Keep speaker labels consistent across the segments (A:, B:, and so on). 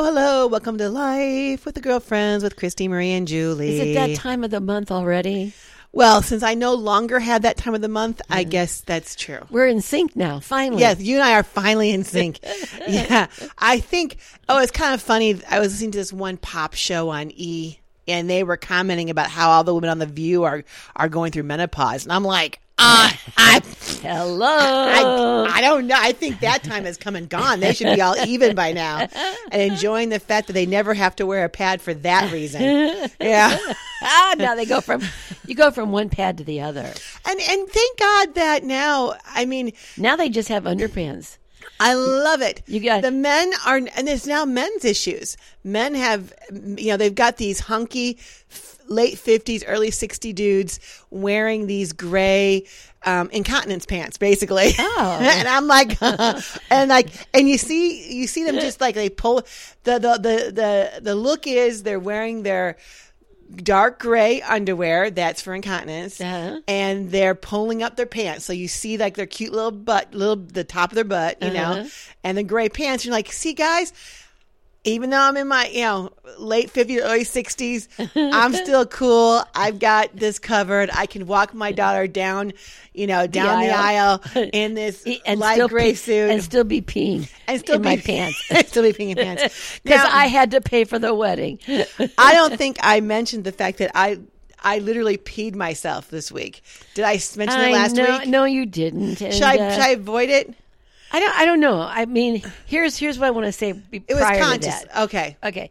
A: welcome to life with the girlfriends with Christy, Marie, and Julie.
B: Is it that time of the month already?
A: Well, since I no longer had that time of the month, I guess that's true.
B: We're in sync now, finally.
A: Yes, you and I are finally in sync. yeah. I think, oh, it's kind of funny. I was listening to this one pop show on E! And they were commenting about how all the women on The View are, are going through menopause. And I'm like, uh, I,
B: Hello.
A: I, I don't know. I think that time has come and gone. They should be all even by now and enjoying the fact that they never have to wear a pad for that reason. Yeah.
B: ah, now they go from you go from one pad to the other.
A: And and thank God that now, I mean,
B: Now they just have underpants.
A: I love it.
B: You got-
A: the men are, and it's now men's issues. Men have, you know, they've got these hunky, f- late fifties, early sixty dudes wearing these gray um, incontinence pants, basically.
B: Oh.
A: and I'm like, and like, and you see, you see them just like they pull the the the the the look is they're wearing their. Dark gray underwear that's for incontinence,
B: Uh-huh.
A: and they're pulling up their pants. So you see like their cute little butt, little the top of their butt, you
B: Uh-huh.
A: know, and the gray pants. You're like, see, guys, even though I'm in my you know late 50s, early 60s, I'm still cool. I've got this covered. I can walk my daughter down, you know, down the aisle,
B: aisle. E,
A: in this
B: And
A: light
B: still
A: gray
B: pee-
A: suit
B: and still be peeing
A: and still
B: in
A: be
B: my pants
A: and still be peeing in pants.
B: because
A: Now-
B: I had to pay for the wedding.
A: I don't think I mentioned the fact that I I literally peed myself this week. Did I mention it
B: I
A: last
B: know,
A: week?
B: no, you didn't. And,
A: Should I,
B: uh,
A: should I avoid it?
B: I don't. I don't know. I mean, here's here's what I want to say. be-
A: It was
B: prior
A: conscious.
B: To that.
A: Okay.
B: Okay,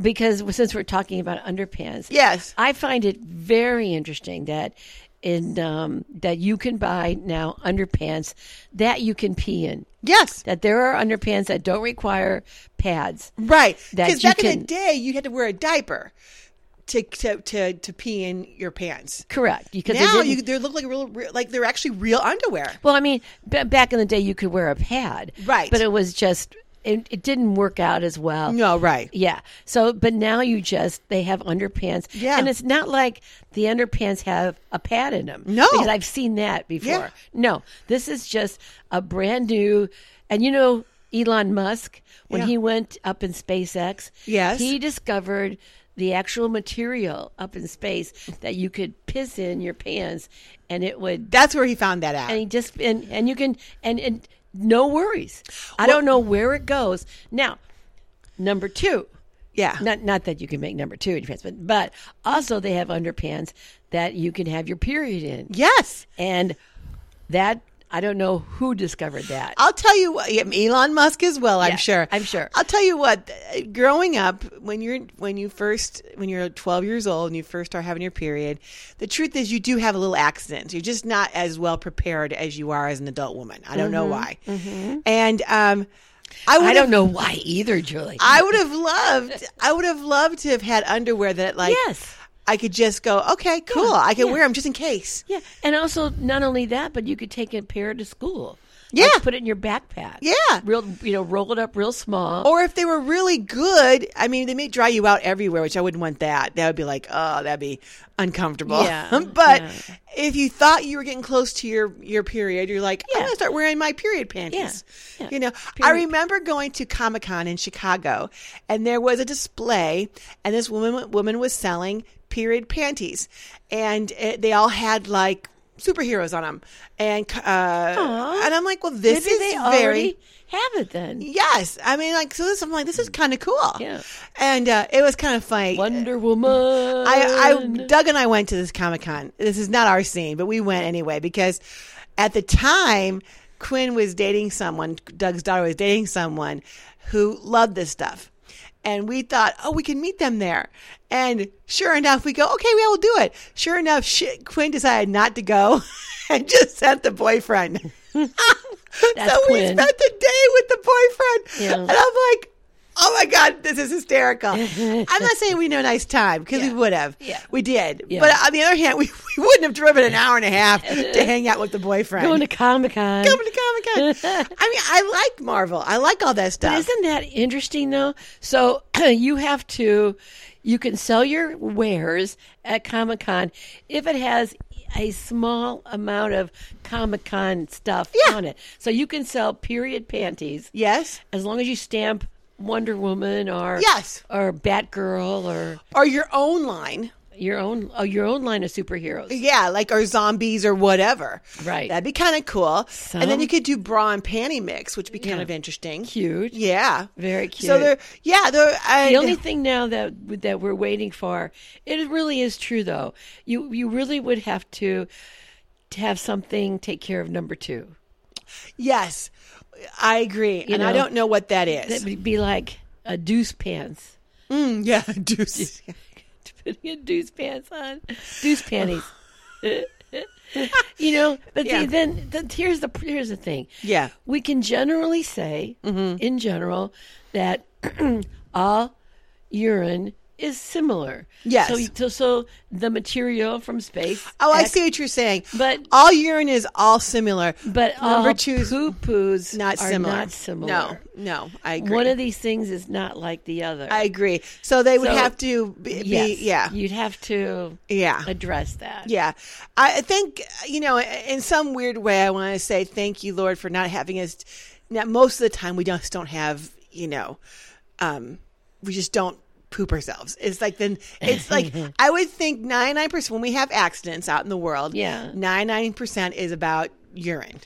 B: because since we're talking about underpants,
A: Yes.
B: I find it very interesting that in um, that you can buy now underpants that you can pee in.
A: Yes.
B: That there are underpants that don't require pads.
A: Right.
B: That
A: Because
B: you
A: back in
B: can-
A: the day, you had to wear a diaper to to to, to pee in your pants.
B: Correct. Because they
A: Now
B: didn't-
A: you they look like real, real like they're actually real underwear.
B: Well, I mean, b- back in the day, you could wear a pad,
A: Right.
B: But it was just it, it didn't work out as well.
A: No, right.
B: Yeah. So, but now you just they have underpants.
A: Yeah.
B: And it's not like the underpants have a pad in them.
A: No.
B: Because I've seen that before.
A: Yeah.
B: No, this is just a brand new, and you know Elon Musk when
A: Yeah.
B: he went up in SpaceX.
A: Yes.
B: He discovered. The actual material up in space that you could piss in your pants, and it would
A: That's where he found that out.
B: and he just and and you can and and no worries. I don't know where it goes now. Number two,
A: yeah.
B: not not that you can make number two in your pants, but but also they have underpants that you can have your period in,
A: Yes.
B: and that I don't know who discovered that.
A: I'll tell you what. yeah, Elon Musk as well. I'm
B: Yeah,
A: sure.
B: I'm sure.
A: I'll tell you what. uh, Growing up, when you're when you first when you're 12 years old and you first start having your period, the truth is you do have a little accident. You're just not as well prepared as you are as an adult woman. I don't know why. And um, I would
B: Mm-hmm. I
A: have,
B: don't know why either, Julie.
A: I would have loved. I would have loved to have had underwear that like.
B: Yes.
A: I could just go. Okay, cool. I could wear 'em wear them just in case.
B: yeah, and also not only that, but you could take a pair to school.
A: Yeah.
B: Like, put it in your backpack.
A: Yeah. Oh,
B: real, you know, roll it up real small.
A: Or if they were really good, I mean, they may dry you out everywhere, which I wouldn't want that. That would be like, oh, that'd be uncomfortable.
B: Yeah,
A: but
B: yeah.
A: if you thought you were getting close to your, your period, you're like, I'm
B: Yeah.
A: going to start wearing my period panties.
B: Yeah, yeah.
A: You know, I
B: Period.
A: remember going to Comic Con in Chicago, and there was a display, and this woman, woman was selling period panties. And it, they all had like, superheroes on them and uh and i'm like well this
B: Maybe
A: is
B: they
A: very
B: already have it then.
A: Yes, I mean, like so. This I'm like, this is kind of cool.
B: Yeah.
A: and uh, it was kind of funny.
B: Wonder Woman.
A: I, I, Doug and I went to this Comic Con. This is not our scene, but we went anyway because at the time Quinn was dating someone. Doug's daughter was dating someone who loved this stuff, and we thought, oh, we can meet them there. And sure enough, we go, okay, we will do it. Sure enough, she, Quinn decided not to go and just sent the boyfriend.
B: That's
A: so we
B: Quinn.
A: spent the day with the boyfriend.
B: Yeah.
A: And I'm like, oh my God, this is hysterical. I'm not saying we know a nice time because we
B: Yeah.
A: would have.
B: Yeah.
A: We did.
B: Yeah.
A: But on the other hand, we, we wouldn't have driven an hour and a half to hang out with the boyfriend.
B: going to Comic Con.
A: Coming to Comic Con. I mean, I like Marvel. I like all that stuff.
B: Isn't that interesting though? So you have to, you can sell your wares at Comic Con if it has a small amount of Comic Con stuff
A: Yeah.
B: on it. So you can sell period panties
A: yes.
B: as long as you stamp Wonder Woman or
A: Yes.
B: or Batgirl or
A: or your own line.
B: your own oh, your own line of superheroes.
A: Yeah, like or zombies or whatever.
B: Right.
A: That'd be kind of cool. and then
B: Some-
A: you could do bra and panty mix, which would be kind
B: Yeah.
A: of interesting.
B: Cute.
A: Yeah.
B: Very cute.
A: So they're yeah they're uh, I,
B: the only thing now that that we're waiting for, it really is true though. You you really would have to to have something take care of number two.
A: yes, I agree, and I
B: know,
A: don't know what that is.
B: That would be like a deuce pants.
A: Mm, yeah, deuce.
B: Putting a deuce pants on, deuce panties. you know, but
A: Yeah.
B: the, then the, here's the here's the thing.
A: Yeah. Mm-hmm.
B: we can generally say, in general, that all urine is similar.
A: Yes.
B: So, so, so the material from space.
A: Oh, I
B: acts-
A: see what you're saying.
B: But
A: all urine is all similar.
B: but
A: number
B: all
A: two's
B: poo poos
A: not similar.
B: Not similar.
A: No, no, I agree.
B: One of these things is not like the other.
A: I agree. So they would
B: So-
A: have to be,
B: yes.
A: be yeah,
B: You'd have to
A: yeah.
B: address that.
A: Yeah. I I think, you know, in some weird way, I want to say thank you, Lord, for not having us. Now, most of the time, we just don't have, you know, um, we just don't poop ourselves. It's like then, it's like, I would think 99%, when we have accidents out in the world,
B: Yeah.
A: 99% is about urine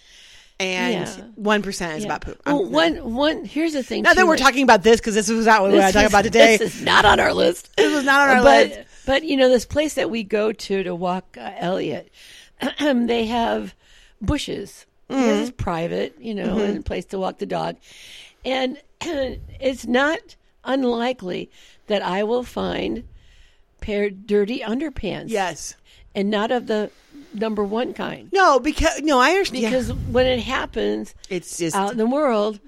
A: and
B: Yeah.
A: 1% is
B: Yeah.
A: about poop.
B: Well,
A: I'm-
B: one one here's the thing.
A: Not that
B: too,
A: we're
B: like-
A: talking about this because this was not what we
B: This
A: were talking
B: is-
A: about today.
B: This is not on our list.
A: This was not on our
B: but,
A: list.
B: But you know, this place that we go to to walk uh, Elliot, they have bushes. This is private, you know, and a place to walk the dog, and it's not unlikely that I will find pair dirty underpants.
A: yes.
B: and not of the number one kind.
A: No, because, no, I understand.
B: Because when it happens
A: it's just,
B: out in the world,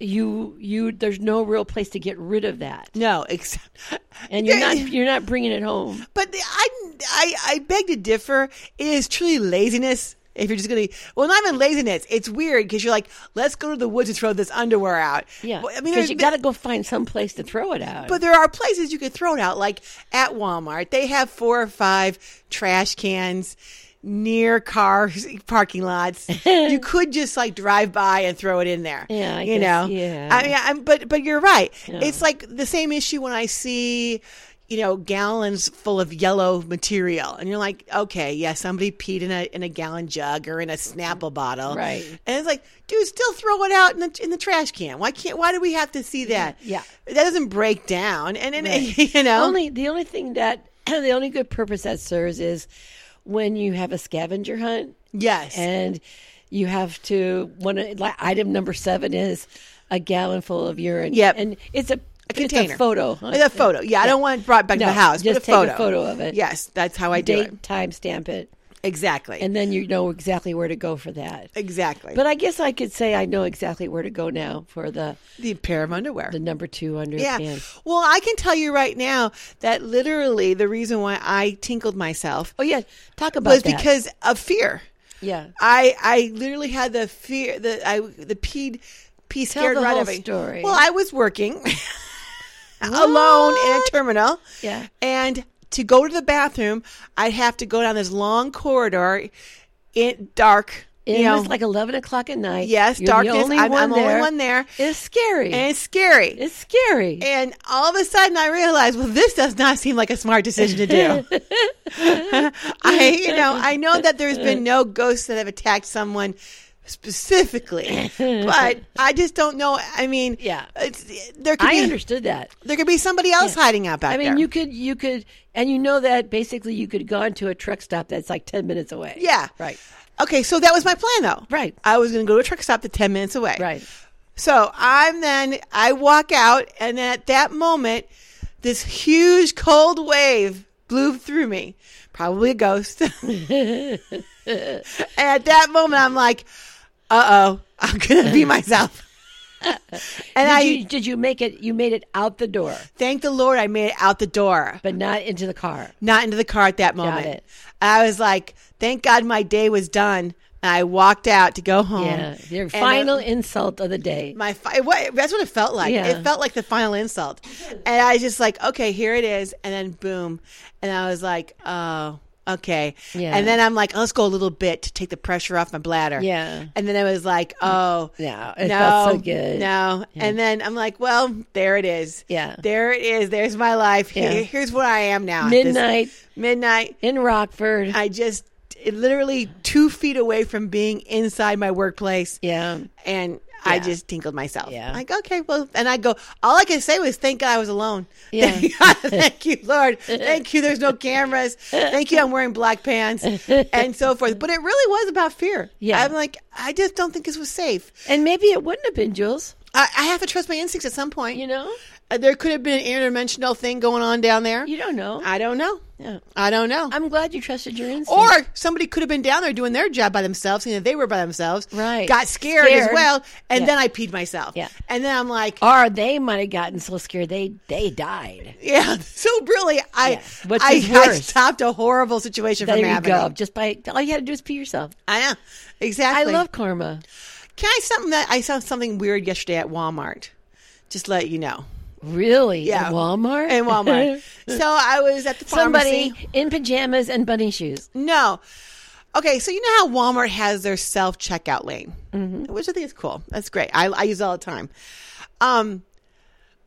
B: you you there's no real place to get rid of that.
A: no, except.
B: and you're not you're not bringing it home.
A: But the- I, I, I beg to differ. It is truly laziness. If you're just gonna, well, not even laziness. It's weird because you're like, let's go to the woods and throw this underwear out.
B: Yeah,
A: Well, I mean,
B: because
A: there's-
B: you got to go find some place to throw it out.
A: but there are places you could throw it out, like at Walmart. They have four or five trash cans near car parking lots. you could just like drive by and throw it in there.
B: Yeah, I
A: you
B: guess,
A: know.
B: yeah.
A: I mean, I'm, but but you're right. It's like the same issue when I see. You know, gallons full of yellow material, and you're like, okay, yeah, somebody peed in a in a gallon jug or in a Snapple bottle,
B: Right.
A: And it's like, dude, still throw it out in the in the trash can. Why can't? Why do we have to see that?
B: Yeah.
A: That doesn't break down. And, and you know,
B: only the only thing that the only good purpose that serves is when you have a scavenger hunt
A: yes.
B: and you have to one like item number seven is a gallon full of urine.
A: Yep.
B: and it's a, it's
A: container.
B: a photo. Huh?
A: With a photo. Yeah, I don't want it brought back to
B: No,
A: the house.
B: just
A: but a
B: take a
A: photo.
B: photo of it.
A: Yes, that's how I do it.
B: Date, time, stamp it,
A: Exactly.
B: and then you know exactly where to go for that.
A: exactly.
B: But I guess I could say I know exactly where to go now for the
A: the pair of underwear.
B: the number two underpants.
A: yeah. Well, I can tell you right now that literally the reason why I tinkled myself
B: Oh yeah, talk about
A: was
B: that.
A: because of fear.
B: yeah,
A: I I literally had the fear that I the peed pee scared
B: the
A: right
B: whole
A: of me.
B: story.
A: Well, I was working alone in a terminal.
B: Yeah.
A: And to go to the bathroom, I'd have to go down this long corridor in dark.
B: it
A: you know,
B: was like eleven o'clock at night.
A: yes,
B: You're
A: darkness.
B: The only
A: I'm,
B: one
A: I'm
B: there.
A: the only one there.
B: It's scary.
A: And it's scary.
B: it's scary.
A: and all of a sudden, I realized, well, this does not seem like a smart decision to do. I, you know, I know that there's been no ghosts that have attacked someone specifically, but I just don't know. I mean,
B: Yeah.
A: it's, there could
B: I
A: be
B: understood that.
A: there could be somebody else hiding out back
B: I mean,
A: there.
B: you could, you could, and you know that basically you could go into a truck stop that's like ten minutes away.
A: Yeah.
B: right,
A: Okay, so that was my plan, though.
B: Right.
A: I was going to go to a truck stop that's 10 minutes away.
B: right.
A: So I'm then, I walk out, and at that moment, this huge cold wave blew through me. Probably a ghost. and at that moment, I'm like, uh oh, I'm going to be myself. and
B: Did
A: I
B: you did you make it? You made it out the door,
A: thank the Lord I made it out the door,
B: but not into the car.
A: not into the car at that moment.
B: it.
A: I was like, thank God my day was done. And I walked out to go home.
B: Yeah, your
A: And it-
B: final insult of the day.
A: my fi- what, that's what it felt like
B: Yeah.
A: it felt like the final insult and i was just like okay here it is and then boom and i was like oh okay.
B: Yeah.
A: And then I'm like, let's go a little bit to take the pressure off my bladder.
B: Yeah.
A: And then I was like, oh,
B: No, it
A: no,
B: felt so good.
A: No. And then I'm like, well, there it is.
B: Yeah.
A: There it is. There's my life. Here-
B: Yeah.
A: Here's what I am now. This-
B: Midnight
A: midnight.
B: in Rockford.
A: I just it literally two feet away from being inside my workplace.
B: yeah.
A: And I
B: Yeah.
A: just tinkled myself.
B: Yeah.
A: Like, okay, well, and I go, all I could say was, thank God I was alone.
B: Yeah.
A: Thank, God, thank you, Lord. Thank you, there's no cameras. Thank you, I'm wearing black pants and so forth. But it really was about fear.
B: Yeah.
A: I'm like, I just don't think this was safe.
B: And maybe it wouldn't have been Jules,
A: I, I have to trust my instincts at some point.
B: you know?
A: Uh, there could have been an interdimensional thing going on down there.
B: You don't know.
A: I don't know.
B: yeah.
A: I don't know.
B: I'm glad you trusted your instinct.
A: Or somebody could have been down there doing their job by themselves, you know, they were by themselves.
B: Right.
A: Got scared, as
B: Scared.
A: well. And
B: Yeah.
A: then I peed myself.
B: Yeah.
A: And then I'm like,
B: or they might have gotten so scared they they died.
A: yeah. So really, I,
B: Yeah. Which
A: I,
B: is
A: I
B: worse.
A: stopped a horrible situation
B: There
A: from
B: you
A: happening.
B: go. Just by all you had to do is pee yourself.
A: I know.
B: I
A: Exactly.
B: love karma.
A: Can I something that I saw something weird yesterday at Walmart? Just let you know.
B: Really?
A: Yeah.
B: At Walmart?
A: In Walmart. so I was at the pharmacy.
B: Somebody in pajamas and bunny shoes.
A: No. Okay, so you know how Walmart has their self checkout lane, which I think is cool. That's great. I, I use it all the time. Um,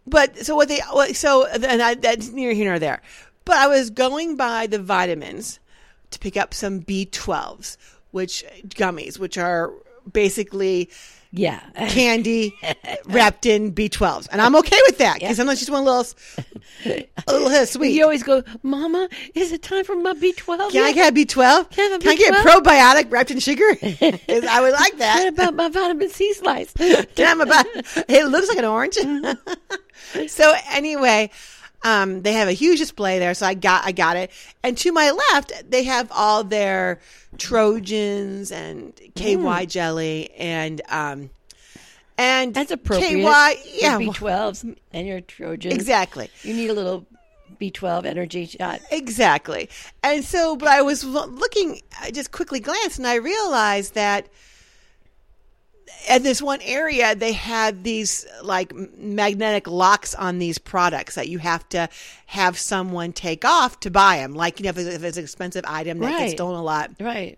A: but so what they what- so and I, that's near here or there. But I was going by the vitamins to pick up some B twelves, which gummies, which are basically
B: Yeah.
A: candy wrapped in B twelves, and I'm okay with that because sometimes you just want a little, a little hit of sweet.
B: you always go, Mama, is it time for my B twelve?
A: Can I get a B12? Can
B: I have a
A: I get
B: B12?
A: probiotic wrapped in sugar? 'Cause I would like
B: What
A: that.
B: about my vitamin C slice?
A: Damn about it looks like an orange. so anyway, um, they have a huge display there, so I got I got it. And to my left, they have all their Trojans and KY
B: Mm.
A: jelly and um and
B: That's appropriate.
A: KY, yeah,
B: B
A: well,
B: twelves and your Trojan.
A: exactly.
B: You need a little B twelve energy shot.
A: Exactly. And so, but I was lo- looking, I just quickly glanced and I realized that at this one area, they had these like m- magnetic locks on these products that you have to have someone take off to buy them. Like, you know, if it's, if it's an expensive item that gets
B: Right.
A: stolen a lot.
B: Right.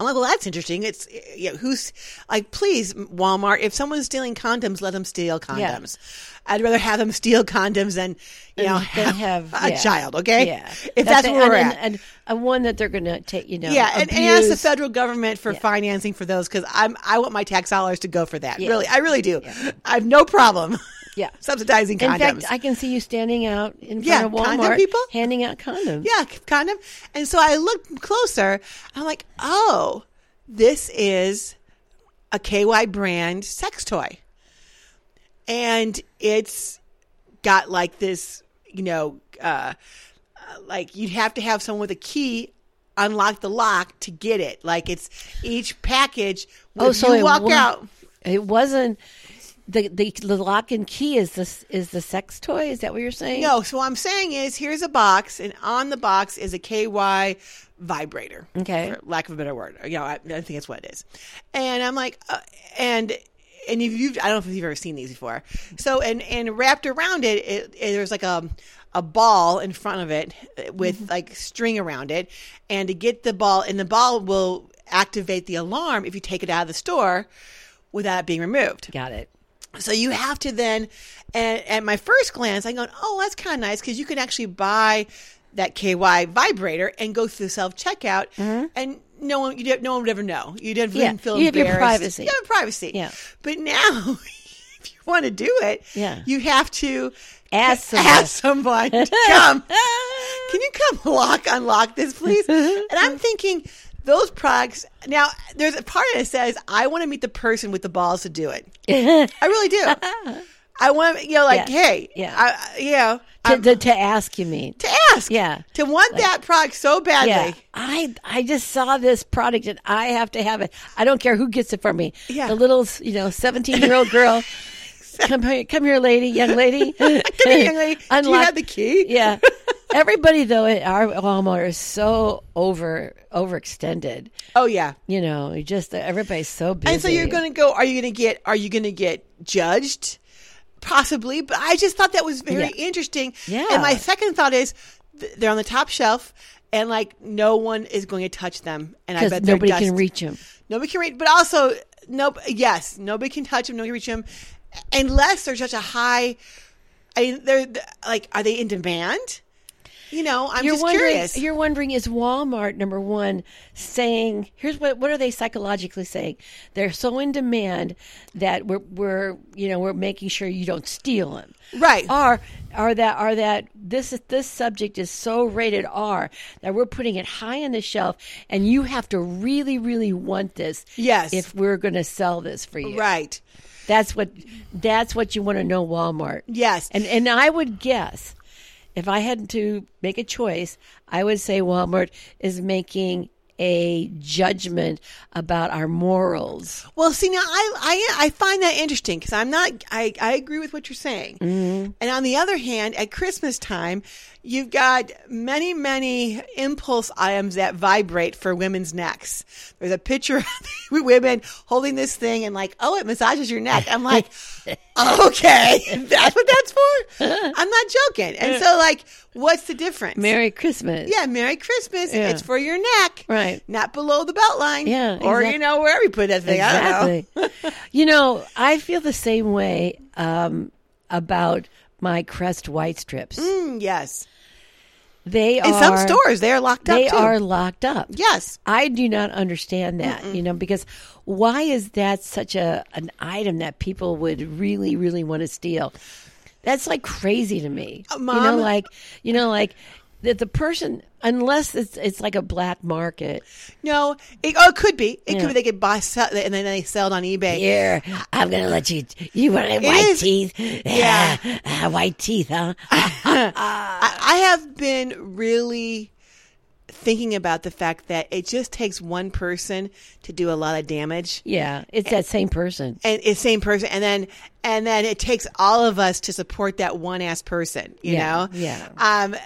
A: I'm like, well, that's interesting. It's, you know, who's like, please, Walmart, if someone's stealing condoms, let them steal condoms. I'd rather have them steal condoms than, you know,
B: Then
A: have,
B: have
A: a
B: yeah.
A: child, okay?
B: Yeah.
A: If that's,
B: the-
A: where we're
B: and,
A: at.
B: and, and one that they're going to take, you know,
A: Yeah, and, and ask the
B: abuse.
A: federal government for financing for those because I'm I want my tax dollars to go for that. Really, I really do. I have no problem
B: Yeah.
A: subsidizing
B: In
A: condoms.
B: fact, I can see you standing out in
A: Yeah,
B: front of
A: condom
B: Walmart,
A: people?
B: handing out condoms.
A: yeah, c- condom. And so I looked closer. I'm like, oh, this is a KY brand sex toy, and it's got like this, you know, uh, uh, like you'd have to have someone with a key unlock the lock to get it. Like it's each package.
B: Oh,
A: if
B: so
A: you
B: it
A: walk
B: wa-
A: out.
B: It wasn't the, the the lock and key is this is the sex toy? Is that what you're saying?
A: No, so what I'm saying is here's a box, and on the box is a KY vibrator.
B: Okay.
A: For lack of a better word. You know, I, I think that's what it is. And I'm like, uh, and. And if you've, I don't know if you've ever seen these before. So, and, and wrapped around it, it, it there's like a, a ball in front of it with like string around it. And to get the ball, and the ball will activate the alarm if you take it out of the store without it being removed.
B: Got it.
A: So you have to then, and at my first glance, I'm going, oh, that's kind of nice because you can actually buy that KY vibrator and go through self checkout, and no one, you don't- no one would ever know. You didn't
B: Mm-hmm. Yeah,
A: feel
B: you have your
A: embarrassed.
B: privacy.
A: You have privacy.
B: Yeah.
A: But now, if you want to do it,
B: Yeah.
A: you have to
B: Ask someone.
A: ask someone to come. Can you come lock unlock this, please? and I'm thinking. Those products. Now, there's a part of it that says I want to meet the person with the balls to do it. I really do. I want, you know, like,
B: Yeah.
A: hey,
B: Yeah.
A: I, I- you know,
B: To,
A: I'm-
B: to, to ask you mean.
A: to ask,
B: Yeah.
A: to want that product so badly.
B: Yeah, I I just saw this product and I have to have it. I don't care who gets it for me.
A: Yeah.
B: the little you know seventeen year old girl. Come here, come here, lady, young lady. come
A: here, young lady. Do you have the key?
B: Yeah. Everybody though at our Walmart is so over overextended.
A: Oh yeah.
B: You know, you just everybody's so busy.
A: And so you're going to go. Are you going to get? Are you going to get judged? Possibly, but I just thought that was very
B: Yeah.
A: interesting.
B: Yeah.
A: And my second thought is, th- they're on the top shelf. and like no one is going to touch them. And I
B: because
A: bet they're
B: nobody
A: dust-
B: can reach him.
A: Nobody can read, but also no. Yes, nobody can touch him. Nobody can reach him, unless they're such a high. I mean, they're they're- like, are they in demand? You know, I'm just
B: wondering,
A: curious.
B: You're wondering is Walmart number one saying here's what what are they psychologically saying? They're so in demand that we're we're you know we're making sure you don't steal them.
A: Right.
B: Are are that are that this is this subject is so rated R that we're putting it high on the shelf and you have to really really want this.
A: Yes.
B: If we're going to sell this for you.
A: right.
B: That's what that's what you want to know Walmart.
A: Yes.
B: And and I would guess if I had to make a choice, I would say Walmart is making a judgment about our morals.
A: Well, see now, I I, I find that interesting because I'm not. I, I agree with what you're saying.
B: Mm-hmm.
A: And on the other hand, at Christmas time, you've got many many impulse items that vibrate for women's necks. There's a picture of women holding this thing and like, oh, it massages your neck. I'm like, okay, that's what that's for. I'm not joking. And so, like, what's the difference?
B: Merry Christmas.
A: Yeah, Merry Christmas.
B: Yeah.
A: It's for your neck,
B: Right.
A: Not below the belt line.
B: Yeah,
A: or
B: exact-
A: you know wherever you put that thing. I don't know.
B: Exactly. you know, I feel the same way um, about my Crest white strips.
A: Mm, yes.
B: They
A: In
B: are
A: some stores, they are locked
B: They
A: up too.
B: are locked up.
A: Yes.
B: I do not understand that, you know, because why is that such a an item that people would really, really want to steal? That's like crazy to me. you know,
A: Uh, Mom-
B: like you know, like that the person unless it's it's like a black market.
A: No. It, oh, it could be. It
B: Yeah.
A: could be they could buy sell, and then they sell it on eBay.
B: Here, I'm gonna let you. You want
A: white is-
B: teeth? Ah,
A: Yeah. Uh,
B: white teeth, huh?
A: I, I have been really thinking about the fact that it just takes one person to do a lot of damage.
B: yeah, it's that same person.
A: And it's same person, and then and then it takes all of us to support that one ass person, you
B: Yeah,
A: know.
B: yeah.
A: Um,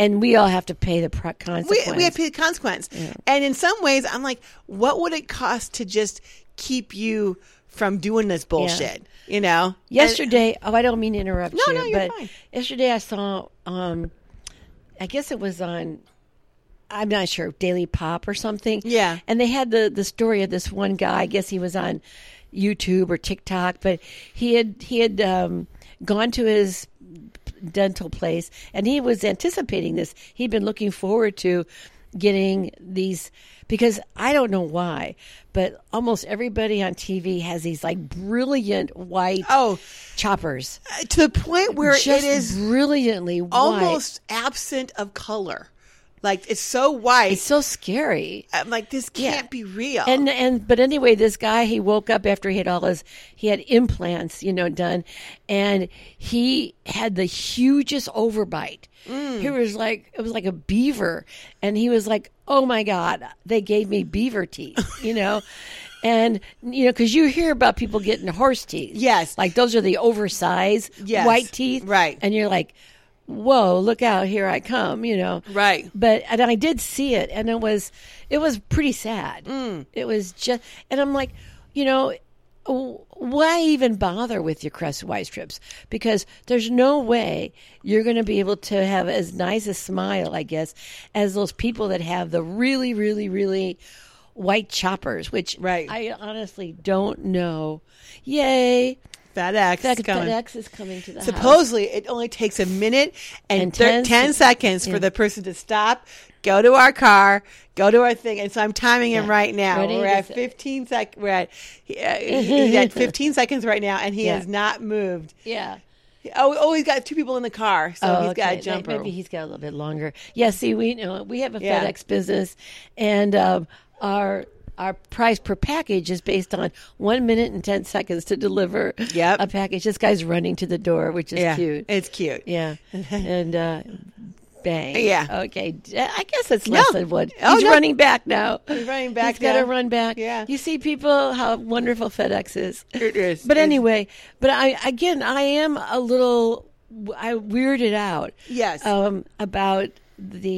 B: And we all have to pay the pro-
A: we,
B: consequence.
A: we have to pay the consequence. And in some ways, I'm like, what would it cost to just keep you from doing this bullshit? You know?
B: Yesterday, oh, I don't mean to interrupt
A: No,
B: you,
A: no, you're
B: but
A: fine.
B: yesterday I saw, um, I guess it was on, I'm not sure, Daily Pop or something.
A: Yeah.
B: And they had the, the story of this one guy. I guess he was on YouTube or TikTok, but he had, he had, um, gone to his dental place and he was anticipating this he'd been looking forward to getting these because i don't know why but almost everybody on tv has these like brilliant white
A: Oh,
B: choppers
A: uh, to the point where
B: just
A: it is
B: brilliantly white.
A: almost absent of color. Like, it's so white.
B: it's so scary
A: I'm like, this can't be real.
B: And and but anyway, this guy he woke up after he had all his he had implants, you know, done, and he had the hugest overbite.
A: Mm.
B: He was like it was like a beaver, and he was like, "Oh my god, they gave me beaver teeth," you know. And you know, because you hear about people getting horse teeth,
A: Yes.
B: like those are the oversized
A: Yes.
B: white teeth,
A: Right.
B: And you're like, "Whoa, look out! Here I come!" You know,
A: Right.
B: but and I did see it, and it was it was pretty sad.
A: Mm.
B: It was just, and I'm like, you know, w- why even bother with your crest white strips? Because there's no way you're going to be able to have as nice a smile, I guess, as those people that have the really, really, really white choppers. Which
A: Right.
B: I honestly don't know. Yay,
A: FedEx.
B: Fed-
A: is coming.
B: FedEx is coming to the house.
A: Supposedly, it only takes a minute and,
B: And
A: thir-
B: 10
A: 10, seconds for the person to stop, go to our car, go to our thing. And so I'm timing him
B: Yeah.
A: right now.
B: Ready?
A: We're at
B: Just- uh,
A: 15 sec. We're at, he, uh, he- he's at 15 seconds right now, and he
B: Yeah.
A: has not moved.
B: Yeah.
A: Oh, oh, he's got two people in the car, so he's got
B: Oh, okay.
A: a jumper.
B: Maybe he's got a little bit longer. Yeah, see, we know we have a
A: Yeah.
B: FedEx business, and um, our our price per package is based on one minute and ten seconds to deliver
A: Yep.
B: a package. This guy's running to the door, which is
A: yeah,
B: cute.
A: it's cute.
B: yeah, and uh, bang.
A: Yeah.
B: Okay. D- I guess it's less
A: No.
B: than one.
A: Oh,
B: he's
A: no.
B: running back now.
A: He's running back
B: He's got to
A: now.
B: run back.
A: Yeah.
B: You see, people, how wonderful FedEx is.
A: It is.
B: But
A: It's-
B: anyway, but I again, I am a little I weirded out.
A: Yes.
B: Um, about the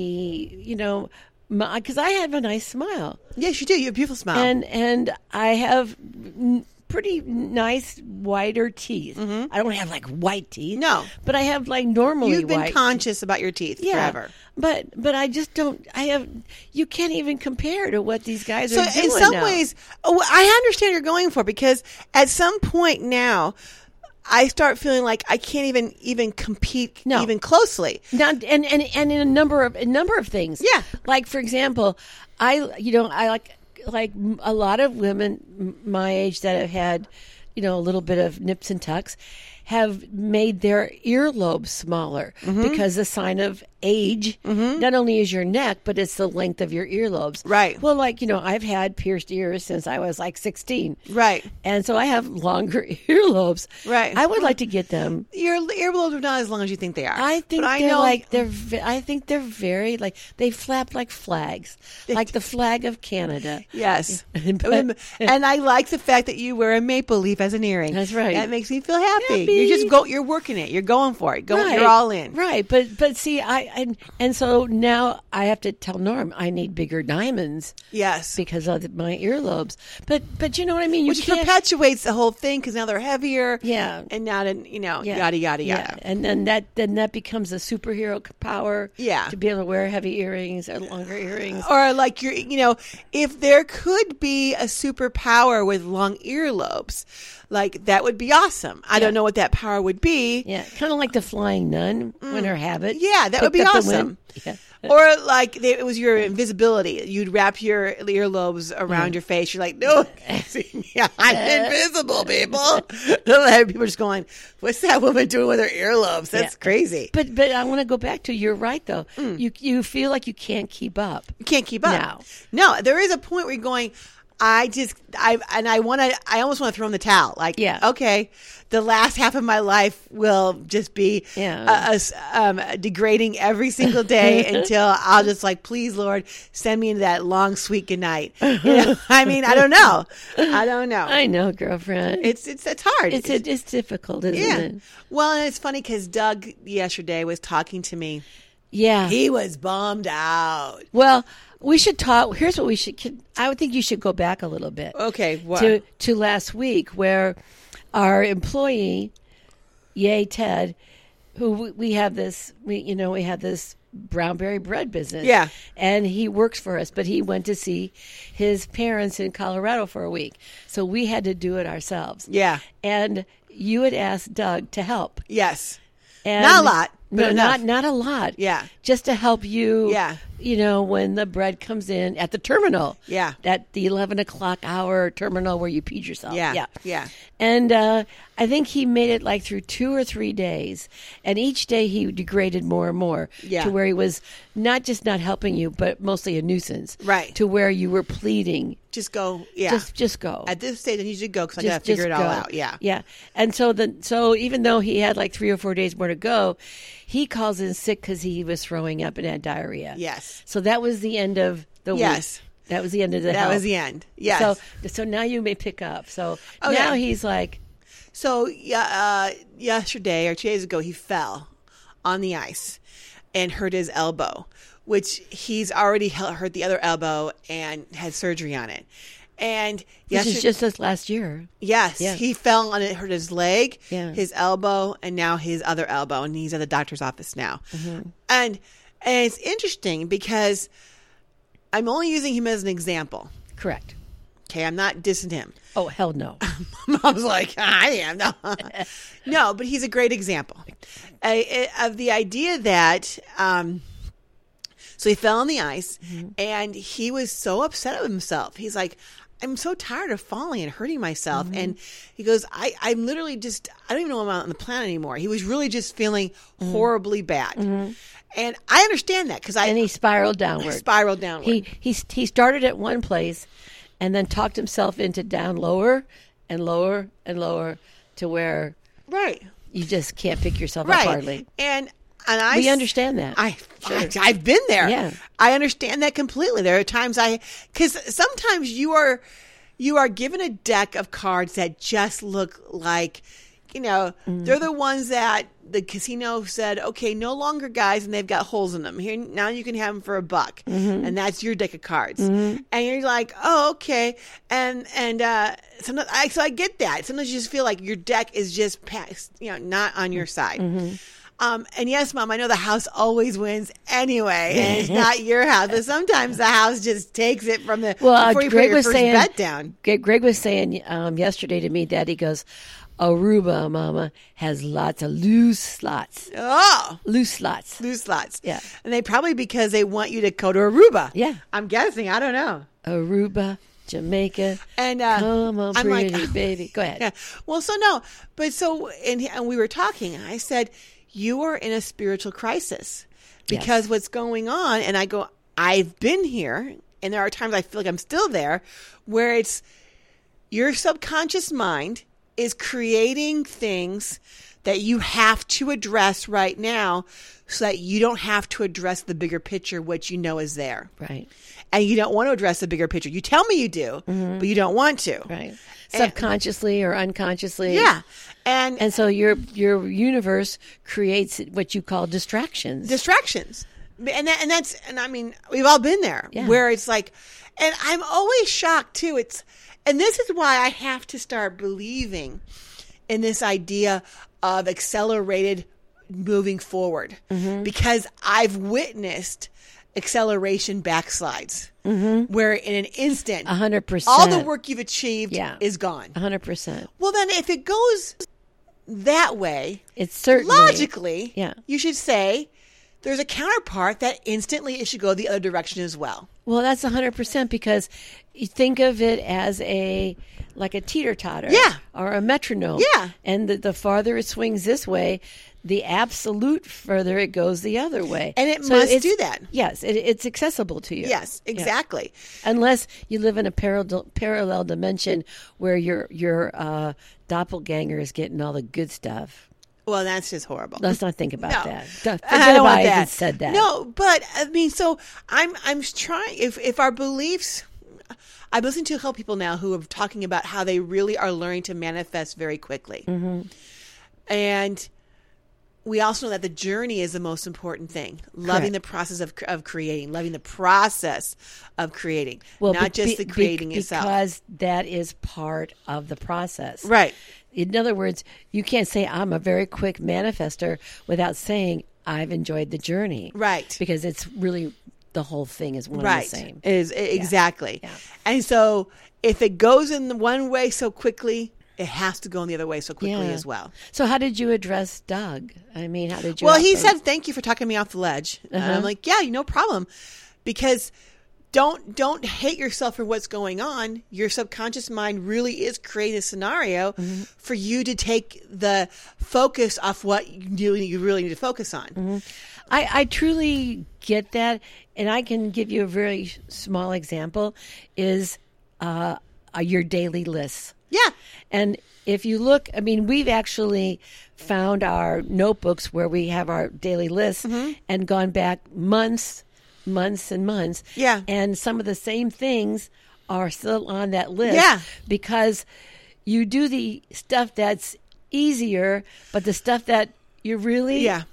B: you know, because I have a nice smile
A: Oh. Yes, you do. You have a beautiful smile.
B: and and I have n- pretty nice wider teeth. I don't have like white teeth.
A: Mm-hmm. No.
B: but I have like normally
A: You've been
B: white.
A: conscious about your teeth
B: yeah,
A: forever.
B: but but I just don't. I have. You can't even compare to what these guys
A: So
B: are doing.
A: in some
B: now.
A: ways, oh, I understand you're going for because at some point now, I start feeling like I can't even even compete
B: No.
A: even closely.
B: Now, and, and and in a number of a number of things.
A: Yeah.
B: Like for example, I you know I like like m- a lot of women m- my age that have had you know a little bit of nips and tucks have made their earlobes smaller
A: Mm-hmm.
B: because a sign of age not only is your neck but it's the length of your earlobes
A: Right.
B: well like you know i've had pierced ears since i was like 16
A: Right.
B: and so i have longer earlobes
A: Right.
B: i would like to get them
A: Your earlobes are not as long as you think they are.
B: I think
A: But
B: they're like they're. ve- I think they're very like they flap like flags, like the flag of Canada.
A: Yes.
B: But-
A: and I like the fact that you wear a maple leaf as an earring.
B: That's right.
A: That makes me feel happy.
B: Happy.
A: You're just go you're working it. You're going for it. Go you're all in.
B: Right, but but see, I and and so now I have to tell Norm I need bigger diamonds
A: Yes.
B: because of the- my earlobes. But but you know what I mean. You
A: Which
B: can't.
A: perpetuates the whole thing because now they're heavier.
B: Yeah.
A: And now, then, you know,
B: Yeah.
A: yada, yada, yada.
B: Yeah. And then that then that becomes a superhero c- power.
A: Yeah. Oh.
B: To be able to wear heavy earrings or longer earrings.
A: Or like you're, you know, if there could be a superpower with long earlobes, like that would be awesome. I don't know what that power would be.
B: Yeah. Kind of like the flying nun in her habit.
A: Mm. Yeah, that would
B: picked
A: be
B: up the wind.
A: awesome.
B: Yeah.
A: or like they, it was your invisibility. You'd wrap your earlobes around your face. You're like, no, one can see me. I'm invisible, people. And people are just going, what's that woman doing with her earlobes? That's
B: Yeah.
A: crazy. But
B: But but I want to go back to you're right though.
A: Mm.
B: You you feel like you can't keep up.
A: you can't keep up. No. there is a point where you're going. I just I and I want to. I almost want to throw in the towel. Like,
B: Yeah.
A: okay, the last half of my life will just be
B: Yeah.
A: uh, us, um, degrading every single day until I'll just like, please, Lord, send me into that long, sweet goodnight. You know? I mean, I don't know. I don't know.
B: I know, girlfriend.
A: it's it's it's hard.
B: it's it's, it's difficult, isn't
A: yeah.
B: it?
A: Well, and it's funny because Doug yesterday was talking to me.
B: Yeah.
A: He was bummed out.
B: well, we should talk. Here's what we should. could- I would think you should go back a little bit
A: Okay, Oh, what?
B: to to last week where our employee, yay Ted, who we, we have this. We you know we have this brownberry bread business.
A: Yeah.
B: and he works for us, but he went to see his parents in Colorado for a week, so we had to do it ourselves.
A: yeah.
B: and you had asked Doug to help.
A: Yes.
B: And
A: Not a lot, but
B: no,
A: enough.
B: not not a lot.
A: Yeah.
B: just to help you.
A: Yeah.
B: you know when the bread comes in at the terminal.
A: Yeah.
B: at the eleven o'clock hour terminal where you peed yourself.
A: Yeah,
B: Oh, yeah,
A: yeah.
B: And uh, I think he made it like through two or three days, and each day he degraded more and more.
A: Yeah.
B: to where he was not just not helping you, but mostly a nuisance.
A: Right.
B: to where you were pleading.
A: Just go. Yeah.
B: Just just go.
A: At this stage, I need you to go because I got to figure it all
B: go.
A: out. Yeah.
B: yeah. And so the so even though he had like three or four days more to go, he calls in sick because he was throwing up and had diarrhea.
A: Yes.
B: So that was the end of the
A: Yes.
B: week. That was the end of the.
A: That was the end. Yes.
B: So
A: So,
B: so now you may pick up. So
A: Oh,
B: now
A: yeah.
B: he's like,
A: yeah, uh, yesterday or two days ago, he fell on the ice and hurt his elbow, which he's already hel- hurt the other elbow and had surgery on it. And
B: this is
A: yesterday-
B: just us last year.
A: yes,
B: Yeah.
A: he fell on it, hurt his leg,
B: Yeah.
A: his elbow, and now his other elbow, and he's at the doctor's office now.
B: Mm-hmm.
A: And and it's interesting because I'm only using him as an example.
B: Correct.
A: Okay, I'm not dissing him.
B: Oh hell no.
A: Mom's like, I am. No, no but he's a great example I, I- of the idea that. Um, so he fell on the ice
B: Mm-hmm.
A: and he was so upset with himself. He's like, I'm so tired of falling and hurting myself.
B: Mm-hmm.
A: And he goes, I, I'm literally just, I don't even know I'm on the planet anymore. He was really just feeling
B: Mm-hmm.
A: horribly bad. And I understand that because I
B: and he spiraled downward.
A: spiraled downward.
B: he he he started at one place and then talked himself into down lower and lower and lower to where
A: right.
B: you just can't pick yourself
A: Right.
B: up hardly.
A: And, and I
B: We
A: s-
B: understand that.
A: I, I have been there.
B: Yeah.
A: I understand that completely. There are times I cuz sometimes you are you are given a deck of cards that just look like you know, they're the ones that the casino said, okay, no longer guys, and they've got holes in them. Here now, you can have them for a buck, and that's your deck of cards. And you're like, oh, okay. And and uh, sometimes I so I get that. Sometimes you just feel like your deck is just past, you know, not on your side. Um, and yes, mom, I know the house always wins anyway, and it's not your house. But sometimes the house just takes it from the
B: Well, uh,
A: before you put
B: Greg
A: your
B: was
A: first
B: saying-
A: bet down.
B: Greg, Greg was saying um, yesterday to me that he goes, Aruba, Mama, has lots of loose slots.
A: Oh,
B: Loose slots.
A: loose slots.
B: Yeah.
A: And they probably because they want you to go to Aruba.
B: Yeah.
A: I'm guessing. I don't know.
B: Aruba, Jamaica.
A: And uh,
B: Come on,
A: I'm
B: pretty
A: like,
B: baby. Go ahead.
A: yeah. Well, so no, but so and and we were talking. And I said, you are in a spiritual crisis because what's going on. And I go, I've been here, and there are times I feel like I'm still there, where it's your subconscious mind is creating things that you have to address right now so that you don't have to address the bigger picture what you know is there
B: Right,
A: and you don't want to address the bigger picture you tell me you do but you don't want to
B: right. Subconsciously or unconsciously.
A: yeah and,
B: And so your your universe creates what you call distractions.
A: distractions and that, and that's and i mean we've all been there
B: Yeah.
A: where it's like and i'm always shocked too it's and this is why i have to start believing in this idea of accelerated moving forward
B: Mm-hmm.
A: because i've witnessed acceleration backslides where in an instant
B: Mm-hmm. A hundred percent.
A: all the work you've achieved
B: Yeah.
A: is gone
B: A hundred percent.
A: well then if it goes that way
B: It's certainly
A: logically,
B: Yeah.
A: you should say there's a counterpart that instantly it should go the other direction as well.
B: Well, that's a hundred percent because you think of it as a like a teeter totter,
A: Yeah.
B: or a metronome,
A: Yeah.
B: And the, the farther it swings this way, the absolute further it goes the other way,
A: And it must
B: it's-
A: do that.
B: Yes, it, it's accessible to you.
A: Yes, exactly.
B: unless you live in a parallel parallel dimension where your your uh, doppelganger is getting all the good stuff.
A: Well, that's just horrible.
B: Let's not think about
A: no,
B: that. Forget
A: I don't
B: about
A: want
B: I
A: that.
B: even said that.
A: No, but I mean, so I'm I'm trying. If if our beliefs, I've listened to a couple people now who are talking about how they really are learning to manifest very quickly,
B: Mm-hmm.
A: and we also know that the journey is the most important thing. Loving
B: Correct.
A: the process of cr- of creating, loving the process of creating,
B: well,
A: not
B: be-
A: just the
B: be-
A: creating
B: be-
A: itself.
B: because that is part of the process,
A: Right.
B: In other words, you can't say I'm a very quick manifester without saying I've enjoyed the journey,
A: Right.
B: Because it's really the whole thing is one
A: right.
B: and the same.
A: Is e- exactly.
B: Yeah.
A: And so if it goes in the one way so quickly, it has to go in the other way so quickly
B: Yeah.
A: as well.
B: So, how did you address Doug? I mean, how did you?
A: Well, he
B: help him?
A: said thank you for talking me off the ledge. And
B: Uh-huh.
A: I'm like, yeah, no problem. Because don't don't hate yourself for what's going on. Your subconscious mind really is creating a scenario
B: Mm-hmm.
A: for you to take the focus off what you, you really need to focus on.
B: Mm-hmm. I, I truly get that, and I can give you a very sh- small example: is uh, uh, your daily lists.
A: Yeah.
B: And if you look, I mean, we've actually found our notebooks where we have our daily lists
A: Mm-hmm.
B: and gone back months, months, and months.
A: Yeah.
B: And some of the same things are still on that list.
A: Yeah.
B: Because you do the stuff that's easier, but the stuff that you really.
A: Yeah.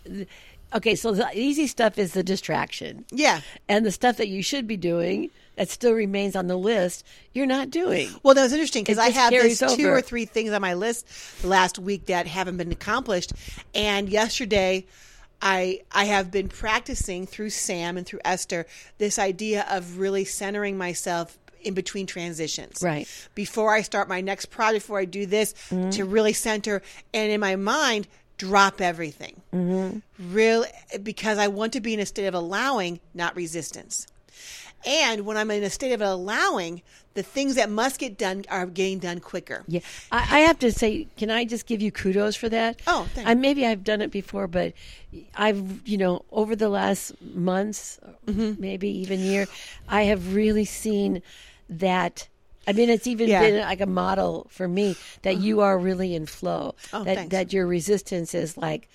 B: Okay, so the easy stuff is the distraction.
A: Yeah.
B: And the stuff that you should be doing that still remains on the list, you're not doing.
A: Well, that was interesting because
B: It
A: I
B: just
A: have these
B: carries
A: two
B: over.
A: or three things on my list last week that haven't been accomplished, and yesterday. I, I have been practicing through Sam and through Esther this idea of really centering myself in between transitions.
B: Right. Mm-hmm.
A: Before I start my next project, before I do this, to really center and in my mind, drop everything. Really, because I want to be in a state of allowing, not resistance. And when I'm in a state of allowing, the things that must get done are getting done quicker.
B: Yeah, I, I have to say, can I just give you kudos for that?
A: Oh, thanks.
B: I, maybe I've done it before, but I've you know over the last months,
A: Mm-hmm.
B: maybe even year, I have really seen that. I mean, it's even
A: Yeah. Mm-hmm.
B: been like a model for me that you are really in flow.
A: Oh,
B: that
A: thanks.
B: that your resistance is like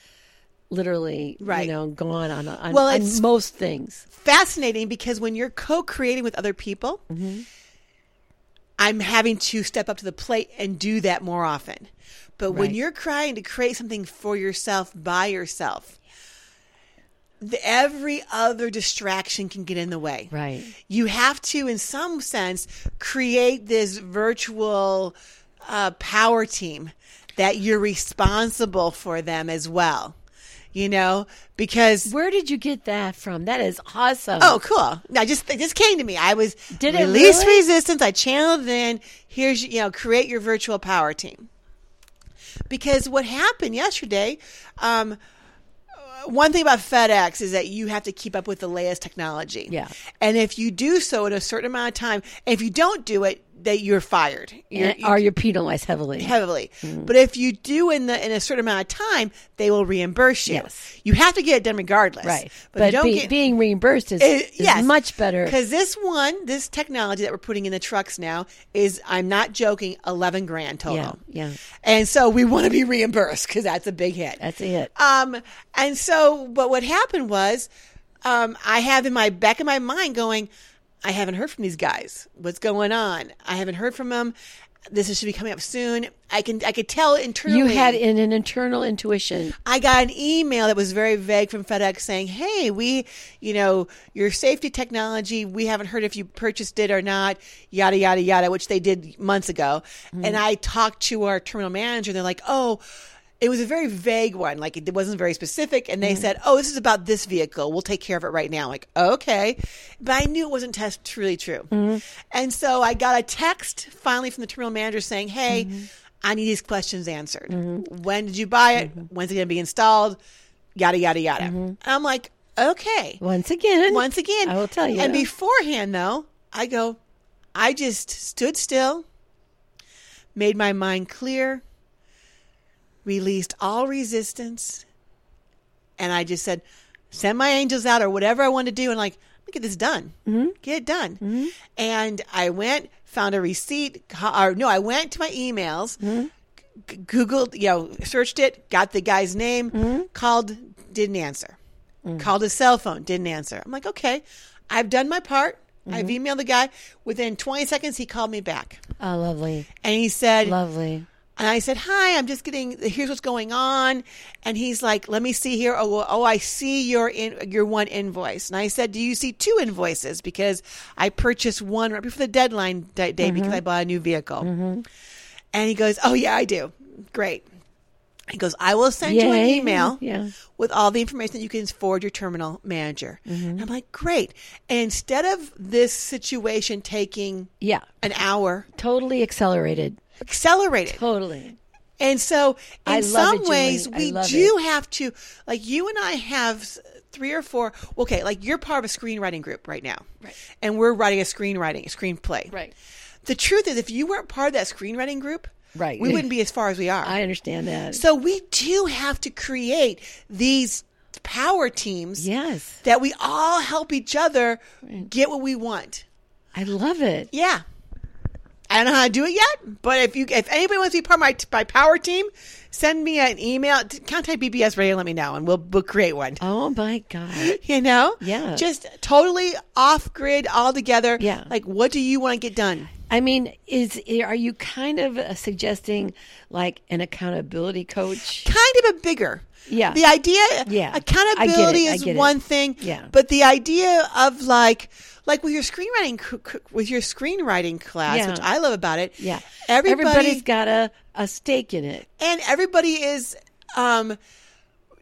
B: literally,
A: Right.
B: you know, gone on on,
A: Well,
B: on
A: it's-
B: most things. Mm-hmm.
A: Fascinating because when you're co creating with other people, I'm having to step up to the plate and do that more often. But when
B: Right.
A: you're trying to create something for yourself by yourself, the, every other distraction can get in the way.
B: Right.
A: You have to, in some sense, create this virtual uh, power team that you're responsible for them as well. You know, because
B: Where did you get that from? That is awesome.
A: oh, cool! No, just it just came to me. I was
B: Did it
A: release
B: really?
A: resistance. I channeled it in. Here's you know, create your virtual power team. Because what happened yesterday, um, uh, one thing about FedEx is that you have to keep up with the latest technology.
B: Yeah.
A: And if you do so in a certain amount of time, and if you don't do it, that you're fired. You're,
B: And- or you're penalized heavily.
A: heavily.
B: Mm-hmm.
A: But if you do in the in a certain amount of time, they will reimburse you.
B: Yes.
A: You have to get it done regardless.
B: Right.
A: But,
B: But,
A: you don't
B: be-
A: get
B: being reimbursed is,
A: it-
B: is
A: yes.
B: much better.
A: Because this one, this technology that we're putting in the trucks now is, I'm not joking, 11 grand total.
B: Yeah, yeah.
A: And so we want to be reimbursed because that's a big hit.
B: That's it.
A: Um, and so, but what happened was, um, I have in my back of my mind going, I haven't heard from these guys. What's going on? I haven't heard from them. This is- should be coming up soon. I can, I could tell internally.
B: You had in an internal intuition.
A: I got an email that was very vague from FedEx saying, "Hey, we, you know, your safety technology, we haven't heard if you purchased it or not, yada yada yada," which they did months ago. And I talked to our terminal manager, and they're like, "Oh." It was a very vague one, like it wasn't very specific. And they said, "Oh, this is about this vehicle. We'll take care of it right now." like, okay, but I knew it wasn't test truly true. And so I got a text finally from the terminal manager saying, "Hey, I need these questions answered. When did you buy it? When's it going to be installed? Yada, yada, yada. And I'm like, okay.
B: Once again.
A: Once again,
B: I will tell you.
A: And beforehand, though, I go, I just stood still, made my mind clear, released all resistance, and I just said, send my angels out or whatever I want to do. And like, let me get this done.
B: Mm-hmm.
A: Get it done. And I went, found a receipt, co- or no, I went to my emails.
B: Mm-hmm.
A: g- Googled, you know, searched it, got the guy's name,
B: Mm-hmm.
A: called, didn't answer. Called his cell phone, didn't answer. I'm like, okay, I've done my part. I've emailed the guy. Within 20 seconds, he called me back.
B: oh, lovely.
A: And he said,
B: Lovely.
A: and I said, "Hi, I'm just getting. Here's what's going on." And he's like, "Let me see here. Oh, well, oh, I see your in, your one invoice." And I said, "Do you see two invoices? Because I purchased one right before the deadline di-
B: Mm-hmm.
A: day because I bought a new vehicle." And he goes, "Oh yeah, I do. Great." He goes, "I will send you an
B: Yay.
A: email."
B: Yeah.
A: with all the information that you can forward your terminal manager.
B: Mm-hmm.
A: And I'm like, great. And instead of this situation taking
B: Yeah.
A: an hour,
B: Totally accelerated.
A: accelerate it.
B: Totally.
A: And so, in
B: I love it,
A: some ways,
B: Julie. I
A: we
B: love
A: do have to, like, you and I have s- three or four. Okay, like, you're part of a screenwriting group right now.
B: Right.
A: And we're writing a screenwriting, a screenplay.
B: Right.
A: The truth is, if you weren't part of that screenwriting group,
B: Right.
A: we wouldn't be as far as we are.
B: I understand that.
A: so, we do have to create these power teams
B: yes.
A: that we all help each other get what we want.
B: I love it.
A: Yeah. I don't know how to do it yet, but if you if anybody wants to be part of my, my power team, send me an email. t- Contact BBS Radio, let me know, and we'll, we'll create one.
B: Oh, my God.
A: You know?
B: Yeah.
A: Just totally off grid, all together.
B: Yeah.
A: Like, what do you want to get done?
B: I mean, is are you kind of uh, suggesting like an accountability coach?
A: Kind of a bigger.
B: Yeah.
A: The idea,
B: Yeah. I get it.
A: accountability
B: I
A: is
B: get it.
A: one thing.
B: Yeah.
A: But the idea of like, like with your screenwriting, c- c- with your screenwriting class,
B: Yeah.
A: which I love about it.
B: Yeah.
A: Everybody,
B: has got a, a stake in it.
A: and everybody is um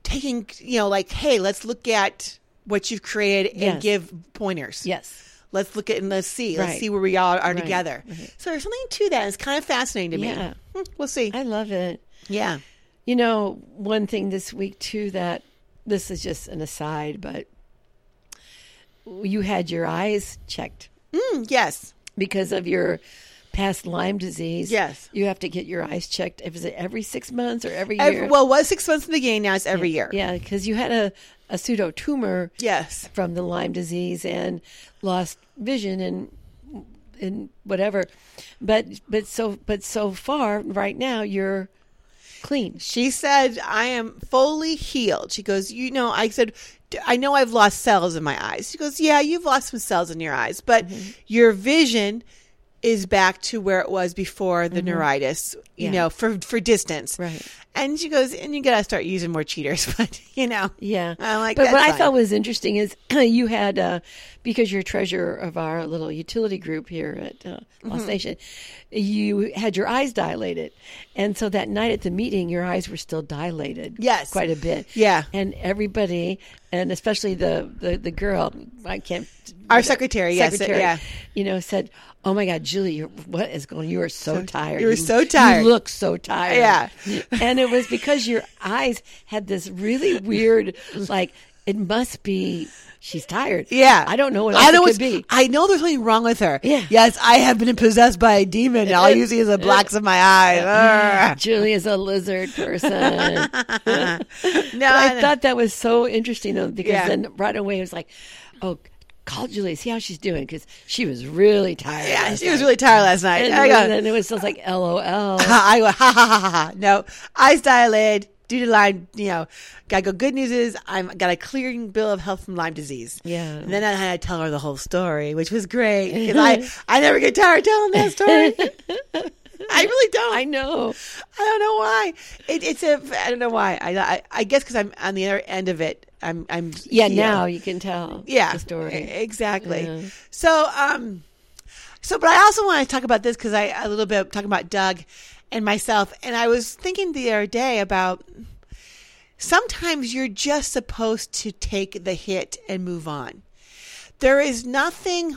A: taking you know like hey let's look at what you've created and
B: Yes.
A: give pointers
B: Yes.
A: let's look at and let's see let's
B: Right.
A: see where we all are together so there's something to that it's kind of fascinating to me
B: Yeah.
A: Hmm, we'll see
B: I love it.
A: yeah
B: You know, one thing this week too that this is just an aside, but you had your eyes checked
A: Hmm, yes
B: because of your past Lyme disease.
A: Yes.
B: You have to get your eyes checked. Is it every six months or every year?
A: every, well it was six months in the beginning now it's every year
B: yeah, because you had a, a pseudo tumor
A: yes
B: from the Lyme disease and lost vision and and whatever. But but so but so far right now you're clean.
A: She said, I am fully healed. She goes, You know, I said, "D- I know I've
B: Mm-hmm.
A: lost cells in my eyes. She goes, Yeah, you've lost some cells in your eyes, but your vision is back to where it was before the neuritis, you
B: Mm-hmm. Yeah.
A: know, for for distance.
B: Right.
A: And she goes, and you gotta start using more cheaters, but you know.
B: Yeah.
A: I like
B: But
A: that
B: what I
A: sign.
B: thought was interesting is you had, uh, because you're treasurer of our little utility group here at uh, Law
A: Mm-hmm.
B: Station, you had your eyes dilated. And so that night at the meeting, your eyes were still dilated.
A: Yes.
B: Quite a bit.
A: Yeah.
B: And everybody, and especially the, the, the girl, I can't.
A: Our secretary, yes,
B: Secretary,
A: yeah.
B: You know, said, Oh my God, Julie, you're, what is going You are so, tired.
A: you were so tired."
B: You look so tired.
A: Yeah.
B: and it was because your eyes had this really weird, like, it must be she's tired.
A: Yeah.
B: I don't know what else
A: I know
B: it could
A: what's
B: be.
A: I know there's something wrong with her.
B: Yeah.
A: Yes, I have been possessed by a demon. All you see is the blacks of my eyes. Arrgh.
B: Julie is a lizard person.
A: No,
B: I
A: know.
B: thought that was so interesting though, because
A: Yeah.
B: then right away it was like, oh, call Julie, see how she's doing, because she was really tired.
A: Yeah,
B: last
A: she was
B: night.
A: really tired last night.
B: And,
A: I got-
B: then it was just like, lol.
A: ha, I go, ha, ha, ha, ha, ha. No, eyes dilated, due to Lyme, you know, gotta go. Good news is I'm got a clearing bill of health from Lyme disease.
B: Yeah.
A: And then I had to tell her the whole story, which was great because I, I never get tired telling that story. I really don't.
B: I know.
A: I don't know why. It, it's a. I don't know why. I I, I guess because I'm on the other end of it. I'm. I'm.
B: Yeah,
A: you know.
B: now you can tell
A: Yeah.
B: the story.
A: E- Exactly.
B: Yeah.
A: So. Um. So, but I also want to talk about this because I a little bit talking about Doug and myself, and I was thinking the other day about sometimes you're just supposed to take the hit and move on. There is nothing.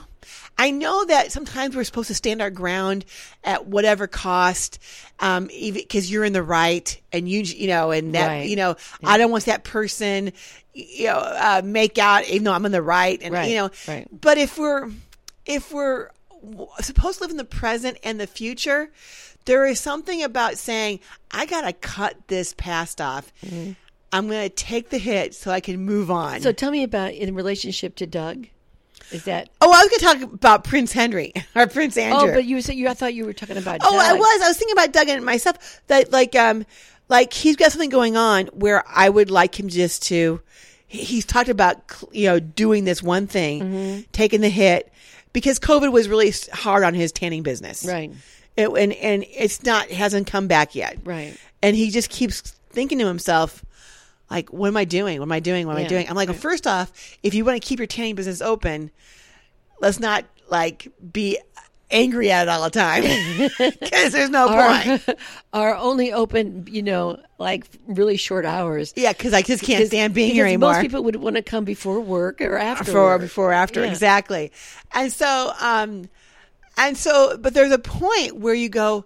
A: I know that sometimes we're supposed to stand our ground at whatever cost, um, because you're in the right, and you, you know, and that,
B: Right.
A: you know, I don't want that person, you know, uh, make out, even though I'm in the right, and
B: Right,
A: you know,
B: right.
A: but if we're if we're w- supposed to live in the present and the future, there is something about saying, "I gotta cut this past off. I'm gonna take the hit so I can move on."
B: Mm-hmm. So tell me about in relationship to Doug. Is that
A: oh, I was gonna talk about Prince Henry or Prince Andrew.
B: Oh, but you said you. I thought you were talking about.
A: Oh, I
B: Doug.
A: was. I was thinking about Doug and myself. That like um, like he's got something going on where I would like him just to. he- He's talked about cl- you know doing this one thing,
B: Mm-hmm.
A: taking the hit because COVID was really s- hard on his tanning business,
B: Right.
A: It, and and it's not hasn't come back yet,
B: Right.
A: And he just keeps thinking to himself. Like, what am I doing? What am I doing? What am I
B: Yeah,
A: doing? I'm like, well, first off, if you want to keep your tanning business open, let's not like be angry at it all the time because there's no
B: Our,
A: point.
B: our only open, you know, like really short hours.
A: Yeah, because I just can't stand being
B: because
A: here anymore.
B: Most people would want to come before work or after.
A: before,
B: work.
A: before, after,
B: Yeah.
A: exactly. And so, um, and so, but there's a point where you go,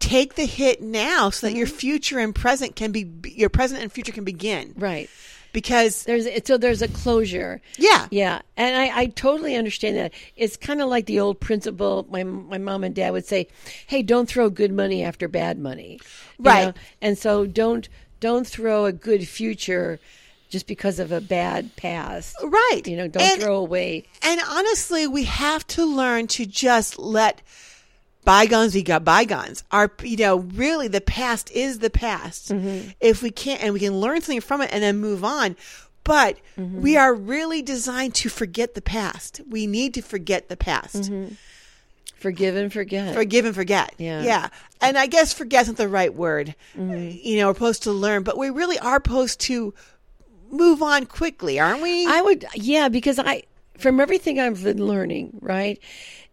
A: take the hit now, so that
B: Mm-hmm.
A: your future and present can be your present and future can begin.
B: Right.
A: Because
B: There's so there's a closure.
A: yeah,
B: Yeah, and I, I totally understand that. It's kind of like the old principle. My my mom and dad would say, "Hey, don't throw good money after bad money," you
A: Right.
B: know? And so don't don't throw a good future just because of a bad past.
A: right.
B: You know, don't
A: And-
B: throw away.
A: And honestly, we have to learn to just let bygones be got bygones. Our, you know, really the past is the past.
B: Mm-hmm.
A: If we can't, and we can learn something from it and then move on. But
B: Mm-hmm.
A: we are really designed to forget the past. We need to forget the past.
B: Forgive and forget.
A: Forgive and forget.
B: Mm-hmm. Yeah. Mm-hmm.
A: Yeah. And I guess forget's not the right word. You know, we're supposed to learn, but we really are supposed to move on quickly, aren't we?
B: I would, yeah, because I, from everything I've been learning, right?